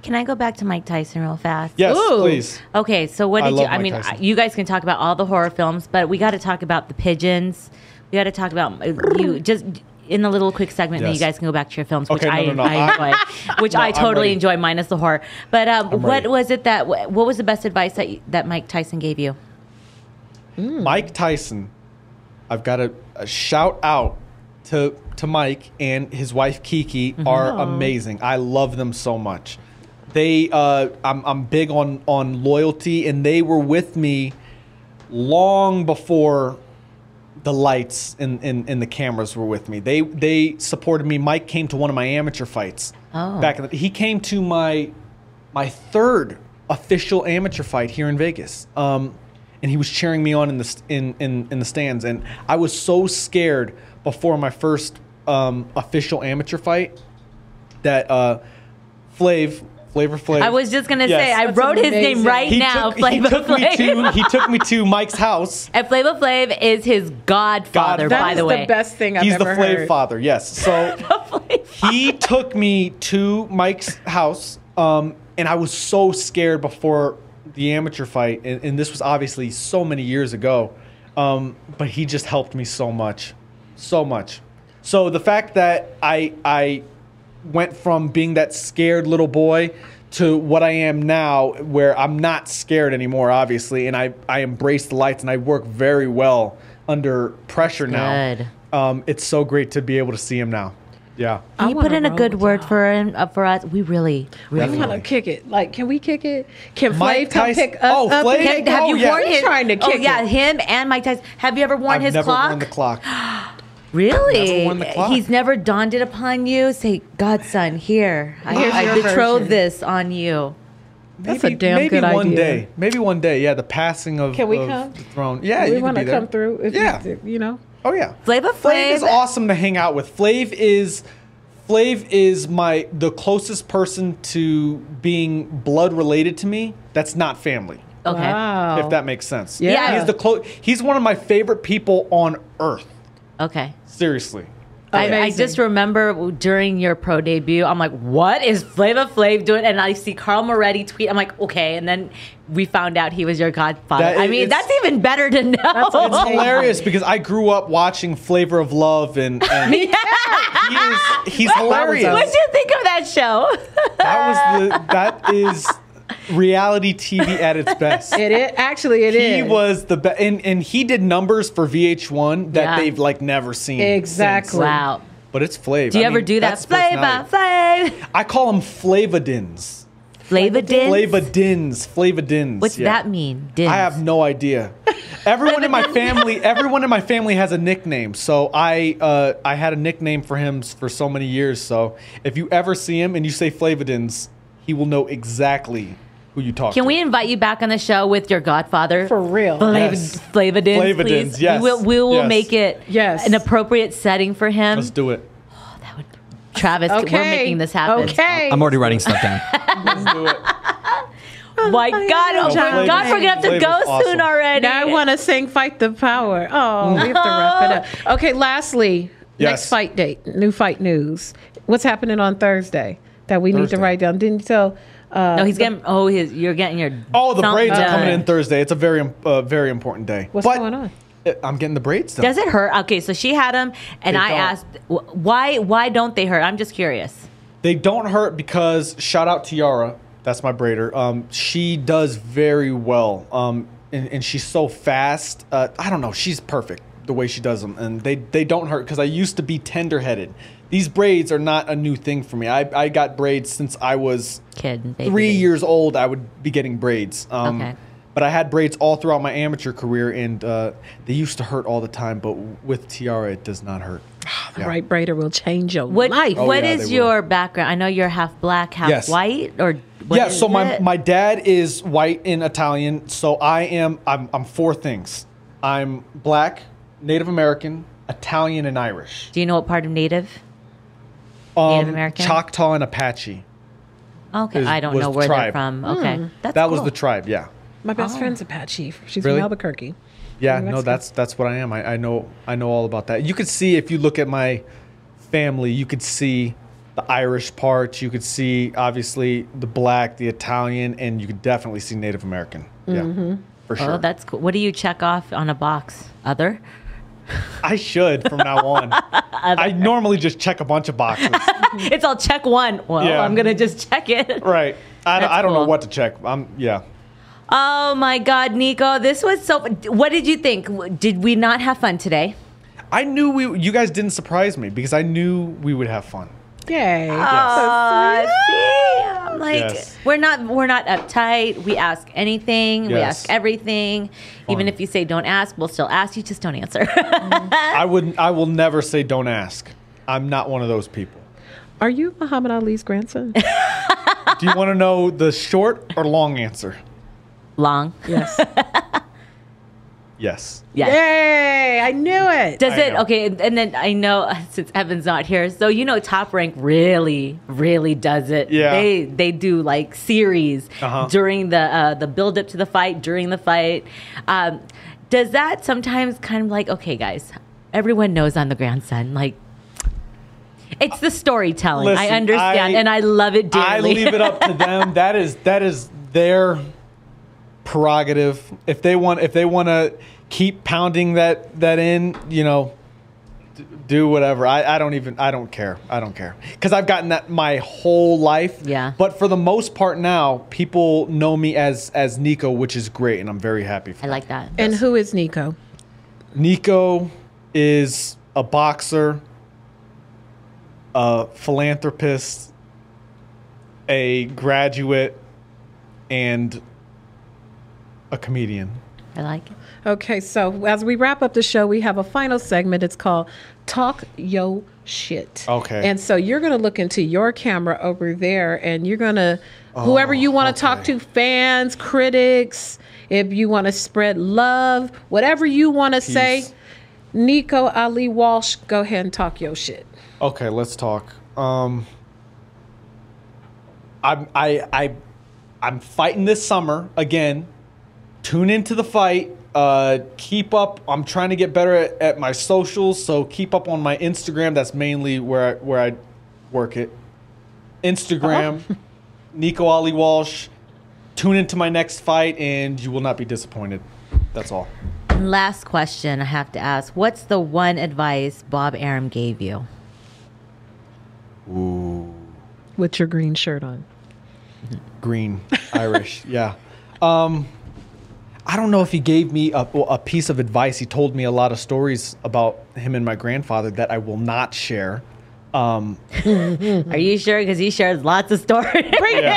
A: Can I go back to Mike Tyson real fast?
C: Yes,
B: Ooh.
C: please.
A: Okay, so what
C: I
A: did you?
C: love
A: I
C: Mike
A: mean,
C: Tyson.
A: I- you guys can talk about all the horror films, but we got to talk about the pigeons. We got to talk about uh, you just in the little quick segment that you
C: Yes.
A: guys can go back to your films, which
C: Okay, no,
A: I,
C: no, no,
A: I
C: I-
A: enjoy, which
C: No,
A: I
C: I'm
A: totally
C: ready.
A: enjoy, minus the horror. But um, what
C: ready.
A: was it that? What was the best advice that you, that Mike Tyson gave you?
B: Hmm.
C: Mike Tyson. I've got a, a shout out to to Mike and his wife Kiki
B: Mm-hmm.
C: are amazing. I love them so much. They uh, I'm I'm big on on loyalty and they were with me long before the lights and, and, and the cameras were with me. They they supported me. Mike came to one of my amateur fights.
A: Oh.
C: Back in the, he came to my my third official amateur fight here in Vegas. Um, and he was cheering me on in the st- in, in in the stands and I was so scared before my first um, official amateur fight that uh Flav Flavor Flav
A: I was just gonna
C: Yes.
A: say I
B: That's
A: wrote his name
B: amazing.
A: right
C: he
A: now.
C: took, he
A: Flavor
C: took
A: Flav.
C: me to he took me to Mike's house
A: and Flavor Flav is his godfather.
C: Godfather.
B: That
A: by
B: is
A: the way,
B: the best thing I've
C: he's the
B: ever
C: Flav
B: heard.
C: father. Yes. So he took me to Mike's house, um, and I was so scared before the amateur fight, and, and this was obviously so many years ago. Um, but he just helped me so much, so much. So the fact that I I went from being that scared little boy to what I am now, where I'm not scared anymore, obviously, and I, I embrace the lights and I work very well under pressure now.
A: Good.
C: Um, it's so great to be able to see him now. Yeah.
A: Can
B: I
A: you
B: wanna
A: put in a
B: roll
A: good
B: with
A: word
B: y'all.
A: for him- uh, for us? We really,
B: I
A: really.
B: want to kick it. Like, can we kick it? Can
C: Mike
B: Flav come
C: Tyson-
B: pick us
C: Oh,
B: up?
C: Flav?
B: and-
A: Have,
C: Can-
A: have
C: Oh,
A: you
C: yeah.
A: worn
B: We're
A: his?
B: trying to
A: oh
B: kick
A: yeah,
B: it.
A: him and Mike Tyson. Have you ever worn
C: I've
A: his
C: never
A: clock?
C: won the clock.
A: Really?
C: Never worn the clock.
A: He's never donned it upon you. Say, Godson, here. I,
B: Here's
A: I
B: your
A: betrove
B: version."
A: this on you.
B: That's a damn
C: maybe
B: good
C: one
B: idea.
C: day. Maybe one day. Yeah, the passing of,
B: Can we
C: of
B: come?
C: the throne. Yeah, you
B: we
C: can
B: want
C: be
B: to
C: there.
B: come through. If
C: Yeah.
B: You, you know.
C: Oh yeah.
A: Flava
C: Flav is
A: Flav.
C: awesome to hang out with. Flav is Flav is my the closest person to being blood related to me. That's not family.
A: Okay.
B: Wow.
C: If that makes sense.
B: Yeah.
C: He's the clo- he's one of my favorite people on earth.
A: Okay.
C: Seriously.
A: I, I
B: Amazing.
A: just remember during your pro debut, I'm like, what is Flava Flav doing? And I see Carl Moretti tweet. I'm like, okay. And then we found out he was your godfather.
C: That
A: I
C: is-
A: mean,
C: it's-
A: that's even better to know.
C: It's hilarious because I grew up watching Flavor of Love and, and he is, he's hilarious.
A: What do you think of that show?
C: That was the that is reality TV at its best.
B: It is actually it is.
C: he was the best, and, and he did numbers for VH1 that
A: Yeah.
C: they've like never seen.
B: Exactly.
C: since.
A: wow.
C: But it's Flav.
A: Do you ever do that? Flava Flav.
C: I call them Flavadins.
A: Flavadins.
C: Flavadins. Flavadins.
A: What's
C: yeah.
A: that mean? Dins.
C: I have no idea. Everyone in my family, everyone in my family has a nickname. So I, uh, I had a nickname for him s- for so many years. So if you ever see him and you say Flavadins, he will know exactly who you talk
A: Can
C: to.
A: we invite you back on the show with your godfather?
B: For real.
A: Flav-
C: Yes.
A: Flavadins,
C: Flavadins,
A: please.
C: yes.
A: We will, we will
C: Yes.
A: make it
B: Yes.
A: an appropriate setting for him.
C: Let's do it.
A: That would- Travis,
B: Okay.
A: we're making this happen.
B: Okay.
D: I'm already writing stuff down.
C: Let's do it.
A: My God, oh my
C: Flavadins.
A: God, we're going to have to
C: Flavadins
A: go
C: is awesome.
A: soon already.
B: Now I want to sing "Fight the Power." Oh, we have to wrap it up. Okay. Lastly, next
C: Yes.
B: fight date, new fight news. What's happening on Thursday that we need to
C: Thursday.
B: write down? Didn't you tell? Uh,
A: No, he's getting, oh, his, you're getting your.
C: Oh, the
A: thumb
C: braids are coming
A: done.
C: in Thursday. It's a very im- uh, very important day.
B: What's
C: But
B: going on?
C: I- I'm getting the braids done.
A: Does it hurt? Okay, so she had him, and
C: They
A: I
C: don't.
A: asked, wh- why Why don't they hurt? I'm just curious.
C: They don't hurt because shout out Tiara, that's my braider. Um, she does very well. Um, and, and she's so fast. Uh, I don't know. She's perfect the way she does them, and they they don't hurt because I used to be tender headed. These braids are not a new thing for me. I, I got braids since I was
A: Kid. baby.
C: three years old, I would be getting braids. Um,
A: Okay.
C: But I had braids all throughout my amateur career, and uh, they used to hurt all the time. But with tiara, it does not hurt. Yeah.
B: Right braider will change your
A: What,
B: life.
C: Oh,
A: what
C: yeah,
A: is
C: they
A: your background? I know you're half black, half
C: Yes.
A: white, or what
C: yeah.
A: is
C: So my
A: it?
C: my dad is white and Italian. So I am I'm I'm four things. I'm black, Native American, Italian, and Irish.
A: Do you know what part of Native?
C: Um,
A: American?
C: Choctaw and Apache.
A: Okay,
C: Is-
A: I don't
C: was
A: know
C: the
A: where they're
C: tribe. Hmm.
A: from. Okay, that's
C: that was
A: cool.
C: the tribe. Yeah.
B: My best friend's Apache. She's
C: Oh. Really?
B: from Albuquerque.
A: Oh,
C: Yeah,
B: New
C: no,
B: Mexico.
C: that's that's what I am. I, I know I know all about that. You could see if you look at my family, you could see the Irish part. You could see obviously the black, the Italian, and you could definitely see Native American. Yeah, for sure.
A: Oh, that's cool. What do you check off on a box? Other?
C: I should from now on. I normally just check a bunch of boxes.
A: It's all check one. Well,
C: Yeah.
A: I'm gonna just check it.
C: right. I, don't-
A: That's
C: I don't
A: cool.
C: know what to check. I'm yeah.
A: Oh my God, Nico, this was so. What did you think? Did we not have fun today?
C: I knew we. You guys didn't surprise me because I knew we would have fun.
B: Yay.
A: Uh, see, I'm like
C: Yes.
A: we're not we're not uptight. We ask anything. We
C: Yes.
A: ask everything. Even
C: Fun.
A: if you say don't ask, we'll still ask. You just don't answer. Uh.
C: I would. I will never say don't ask. I'm not one of those people.
B: Are you Muhammad Ali's grandson?
C: Do you want to know the short or long answer?
A: Long.
B: yes.
C: Yes.
A: Yes.
B: Yay! I knew it.
A: Does
C: I
A: it
C: know.
A: okay? And and then I know uh, since Evan's not here, so you know, Top Rank really, really does it.
C: Yeah.
A: they they do like series
C: Uh-huh.
A: during the uh, the build up to the fight, during the fight. Um, does that sometimes kind of like okay, guys, everyone knows I'm the grandson. Like, it's the storytelling. I
C: Listen,
A: understand,
C: I-
A: and I love it dearly.
C: I leave it up to them. That is that is their prerogative. If they want if they want to keep pounding that that in, you know, d- do whatever. I, I don't even I don't care. I don't care. Cuz I've gotten that my whole life.
A: Yeah.
C: But for the most part now, people know me as as Nico, which is great and I'm very happy for
A: I like that.
B: And who is Nico?
C: Nico is a boxer, a philanthropist, a graduate, and a comedian.
A: I like it.
B: Okay, so as we wrap up the show, we have a final segment. It's called Talk Yo Shit.
C: Okay.
B: And so you're going to look into your camera over there and you're going to, whoever you want to talk
C: Oh, okay.
B: to, fans, critics, if you want to spread love, whatever you want to say, Nico Ali Walsh, go ahead and talk yo shit.
C: Okay, let's talk. Um, I'm I I I'm fighting this summer again. Tune into the fight. Uh, keep up. I'm trying to get better at, at my socials, so keep up on my Instagram. That's mainly where I, where I work it. Instagram, Nico Ali Walsh. Tune into my next fight, and you will not be disappointed. That's all.
A: And last question I have to ask: What's the one advice Bob Arum gave you?
B: With your green shirt on.
C: green irish yeah um i don't know if he gave me a, well, a piece of advice he told me a lot of stories about him and my grandfather that i will not share um
A: Are you sure? Because he shares lots of stories.
B: Bring,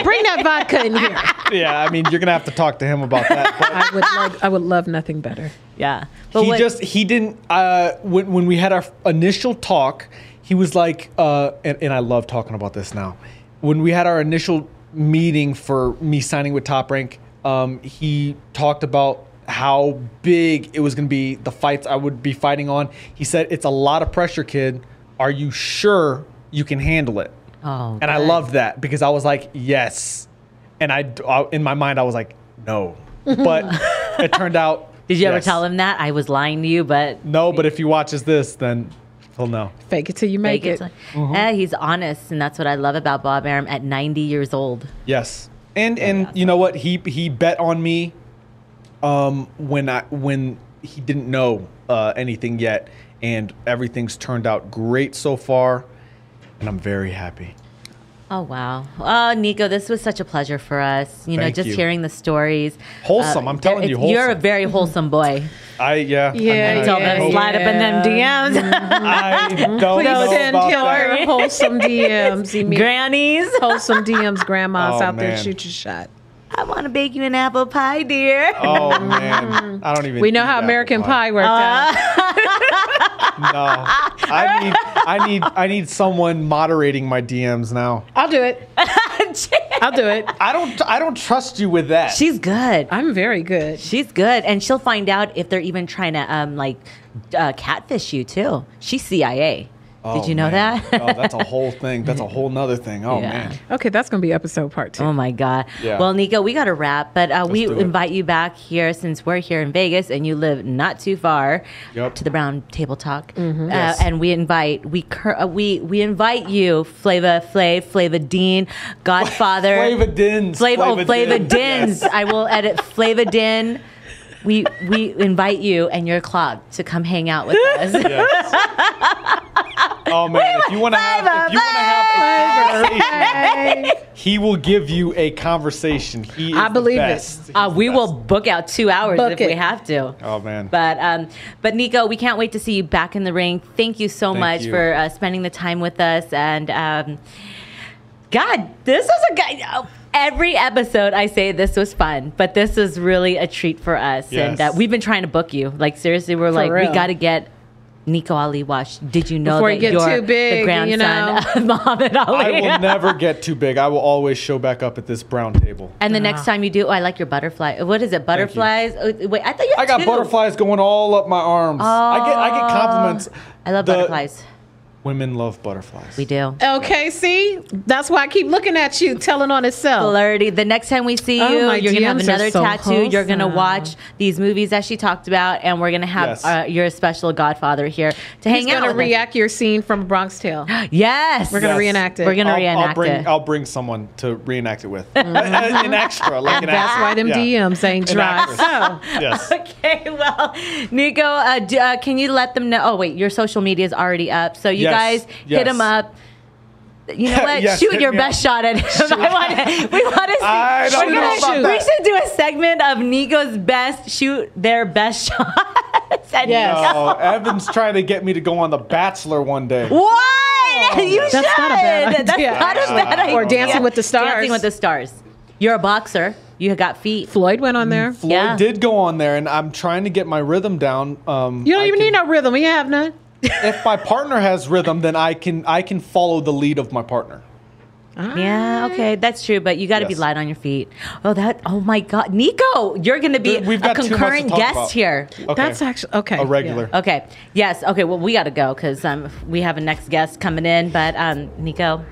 B: bring that vodka in here.
C: yeah i mean you're gonna have to talk to him about that but
B: I would love, I would love nothing better.
A: yeah,
C: he
A: what-
C: just he didn't uh when, when we had our initial talk he was like uh and, and i love talking about this now when we had our initial meeting for me signing with top rank um he talked about how big it was going to be the fights i would be fighting on he said it's a lot of pressure kid are you sure you can handle it
A: Oh,
C: and i
A: good.
C: loved that because i was like yes and I, d- I- in my mind i was like no but it turned out
A: Did you ever
C: yes.
A: tell him that I was lying to you? But
C: No, but if he watches this, then he'll know.
B: Fake it till you make, it.
C: Mm-hmm.
A: Eh, he's honest, and that's what I love about Bob Arum. At 90 years old,
C: Yes, and and you know what? He he bet on me, um, when I when he didn't know uh, anything yet, and everything's turned out great so far, and I'm very happy.
A: Oh wow! Oh, Nico, this was such a pleasure for us. You know,
C: Thank
A: just
C: you.
A: hearing the stories. Uh,
C: Wholesome, I'm telling you,
A: it's- You're a
C: wholesome.
A: very wholesome boy.
C: I yeah.
B: Yeah,
C: I mean, I
A: Until
B: yeah,
A: Mm-hmm. them
C: hope-
A: slide up in them DMs,
C: I don't know
B: Please send
C: about that.
B: your wholesome DMs. Emi-
A: grannies.
B: wholesome DMs, grandmas
C: Oh,
B: out there
C: man.
B: shoot your shot.
A: I want to bake you an apple pie, dear.
C: Oh man, I don't even.
B: We know
C: eat
B: how
C: apple
B: American
C: pie.
B: Pie worked
A: Uh,
B: out.
C: No, I need, I need, I need someone moderating my DMs now.
B: I'll do it. I'll do it.
C: I don't, I don't trust you with that.
A: She's good.
B: I'm very good.
A: She's good, and she'll find out if they're even trying to um like uh, catfish you too. She's CIA. Did
C: Oh,
A: you know
C: man.
A: that?
C: oh, that's a whole thing. That's a whole nother thing. Oh
A: Yeah.
C: man.
B: Okay, that's gonna be episode part two.
A: Oh my God.
C: Yeah.
A: Well, Nico, we got to wrap, but uh, we
C: do it.
A: invite you back here since we're here in Vegas and you live not too far
C: Yep.
A: to the Brown Table Talk. Uh,
C: Yes.
A: And we invite we cur- uh, we we invite you, Flava Flav, Flava Dean, Godfather,
C: Flava Dins.
A: Flava, oh, Flava
C: Din.
A: Dins. I will edit Flava Din. We we invite you and your clog to come hang out with us.
C: Yes. oh man, if you want to have, if you want to have a conversation, he will give you a conversation. He is
B: I believe it.
C: the best.
A: Uh, we will book out two hours
B: Book
A: if
B: it.
A: we have to.
C: Oh, man.
A: But um, but Nico, we can't wait to see you back in the ring. Thank you so
C: Thank
A: much
C: you.
A: for uh, spending the time with us. And um, God, this was a guy. oh, Every episode, I say this was fun, but this is really a treat for us. And uh,
C: Yes.
A: we've been trying to book you. Like seriously, we're like,
B: real.
A: we got to get. Nico Ali Wash, did you know
B: Before
A: that
B: you get
A: you're
B: too big,
A: the
B: you
A: grandson
B: know.
A: of Muhammad
C: I
A: Ali?
C: will never get too big. I will always show back up at this brown table.
A: and
B: Ah.
A: the next time you do, oh, I like your butterfly. What is it?
C: you.
A: Butterflies? Oh, wait, I thought you had
C: I got
A: two.
C: butterflies going all up my arms. I get I get compliments.
A: I love
C: The-
A: butterflies.
C: Women love butterflies.
A: We do.
B: Okay, see, that's why I keep looking at you, telling on itself.
A: Flirty. Oh, The next time we see you,
B: Oh, my
A: you're gonna have
B: DMs are
A: another
B: so
A: tattoo. You're gonna
B: wholesome.
A: watch these movies that she talked about, and we're gonna have
C: Yes.
A: uh, your special godfather here to
B: He's
A: hang out.
B: gonna
A: with
B: react your scene from Bronx Tale.
A: us. Yes,
B: We're gonna
C: Yes.
B: reenact it.
A: We're gonna
C: I'll,
A: reenact
C: I'll bring
A: it.
C: I'll bring someone to reenact it with. an extra, like an
B: that's
C: actor.
B: why them
C: Yeah.
B: DMs ain't
C: An
B: dry.
C: actress.
B: So
C: Yes.
A: okay, well, Nico, uh, d- uh, can you let them know? Oh wait, your social media is already up, so you
C: Yes.
A: guys hit
C: Yes.
A: him up. You know what?
C: Yes,
A: Shoot
C: hit
A: your
C: me
A: best shot at him. I wanna, we want to see.
C: I don't
A: we're
C: know
A: gonna-
C: about
A: we
C: that.
A: should do a segment of Nico's best shoot their best shots. at
B: Yes.
A: Nico.
C: Oh, Evan's trying to get me to go on The Bachelor one day. Oh,
A: What? you should.
B: That's not a bad
A: That's
B: idea.
A: not a bad idea.
B: Or Dancing with the Stars.
A: Dancing with the Stars. You're a boxer. You got feet.
B: Floyd went on there.
C: Floyd
A: Yeah.
C: did go on there, and I'm trying to get my rhythm down. Um,
B: You don't
C: I
B: even
C: can-
B: need no rhythm. We have none.
C: If my partner has rhythm, then I can I can follow the lead of my partner.
A: Yeah, okay, that's true, but you got to be
C: Yes.
A: light on your feet. Oh, that! Oh my God, Nico, you're going to be
C: We've
A: a
C: got too much to
A: concurrent
C: talk
A: guest
C: about.
A: here.
C: Okay.
B: That's actually okay.
C: a regular.
A: Okay. Yes. Okay. Well, we got to go because um, we have a next guest coming in. But um, Nico,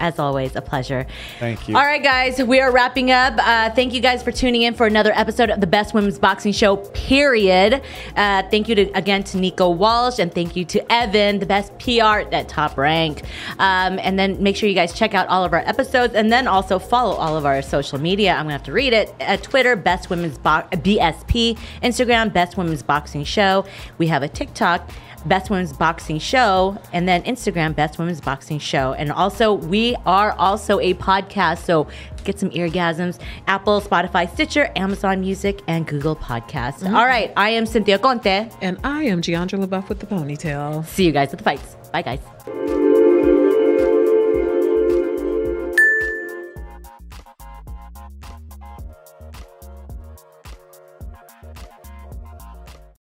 A: as always, a pleasure.
C: Thank you.
A: All right, guys, we are wrapping up. Uh, thank you guys for tuning in for another episode of the Best Women's Boxing Show. Period. Uh, thank you to, again to Nico Walsh and thank you to Evan, the best PR at Top Rank. Um, and then make sure you guys check out all of our episodes and then also follow all of our social media. I'm gonna have to read it. Uh, Twitter, Best Women's Bo- BSP, Instagram, Best Women's Boxing Show. We have a TikTok. Best Women's Boxing Show, and then Instagram, Best Women's Boxing Show. And also, we are also a podcast, so get some eargasms. Apple, Spotify, Stitcher, Amazon Music, and Google Podcasts. All right, I am Cynthia Conte.
B: And I am Giandra LaBeouf with the ponytail.
A: See you guys at the fights. Bye, guys.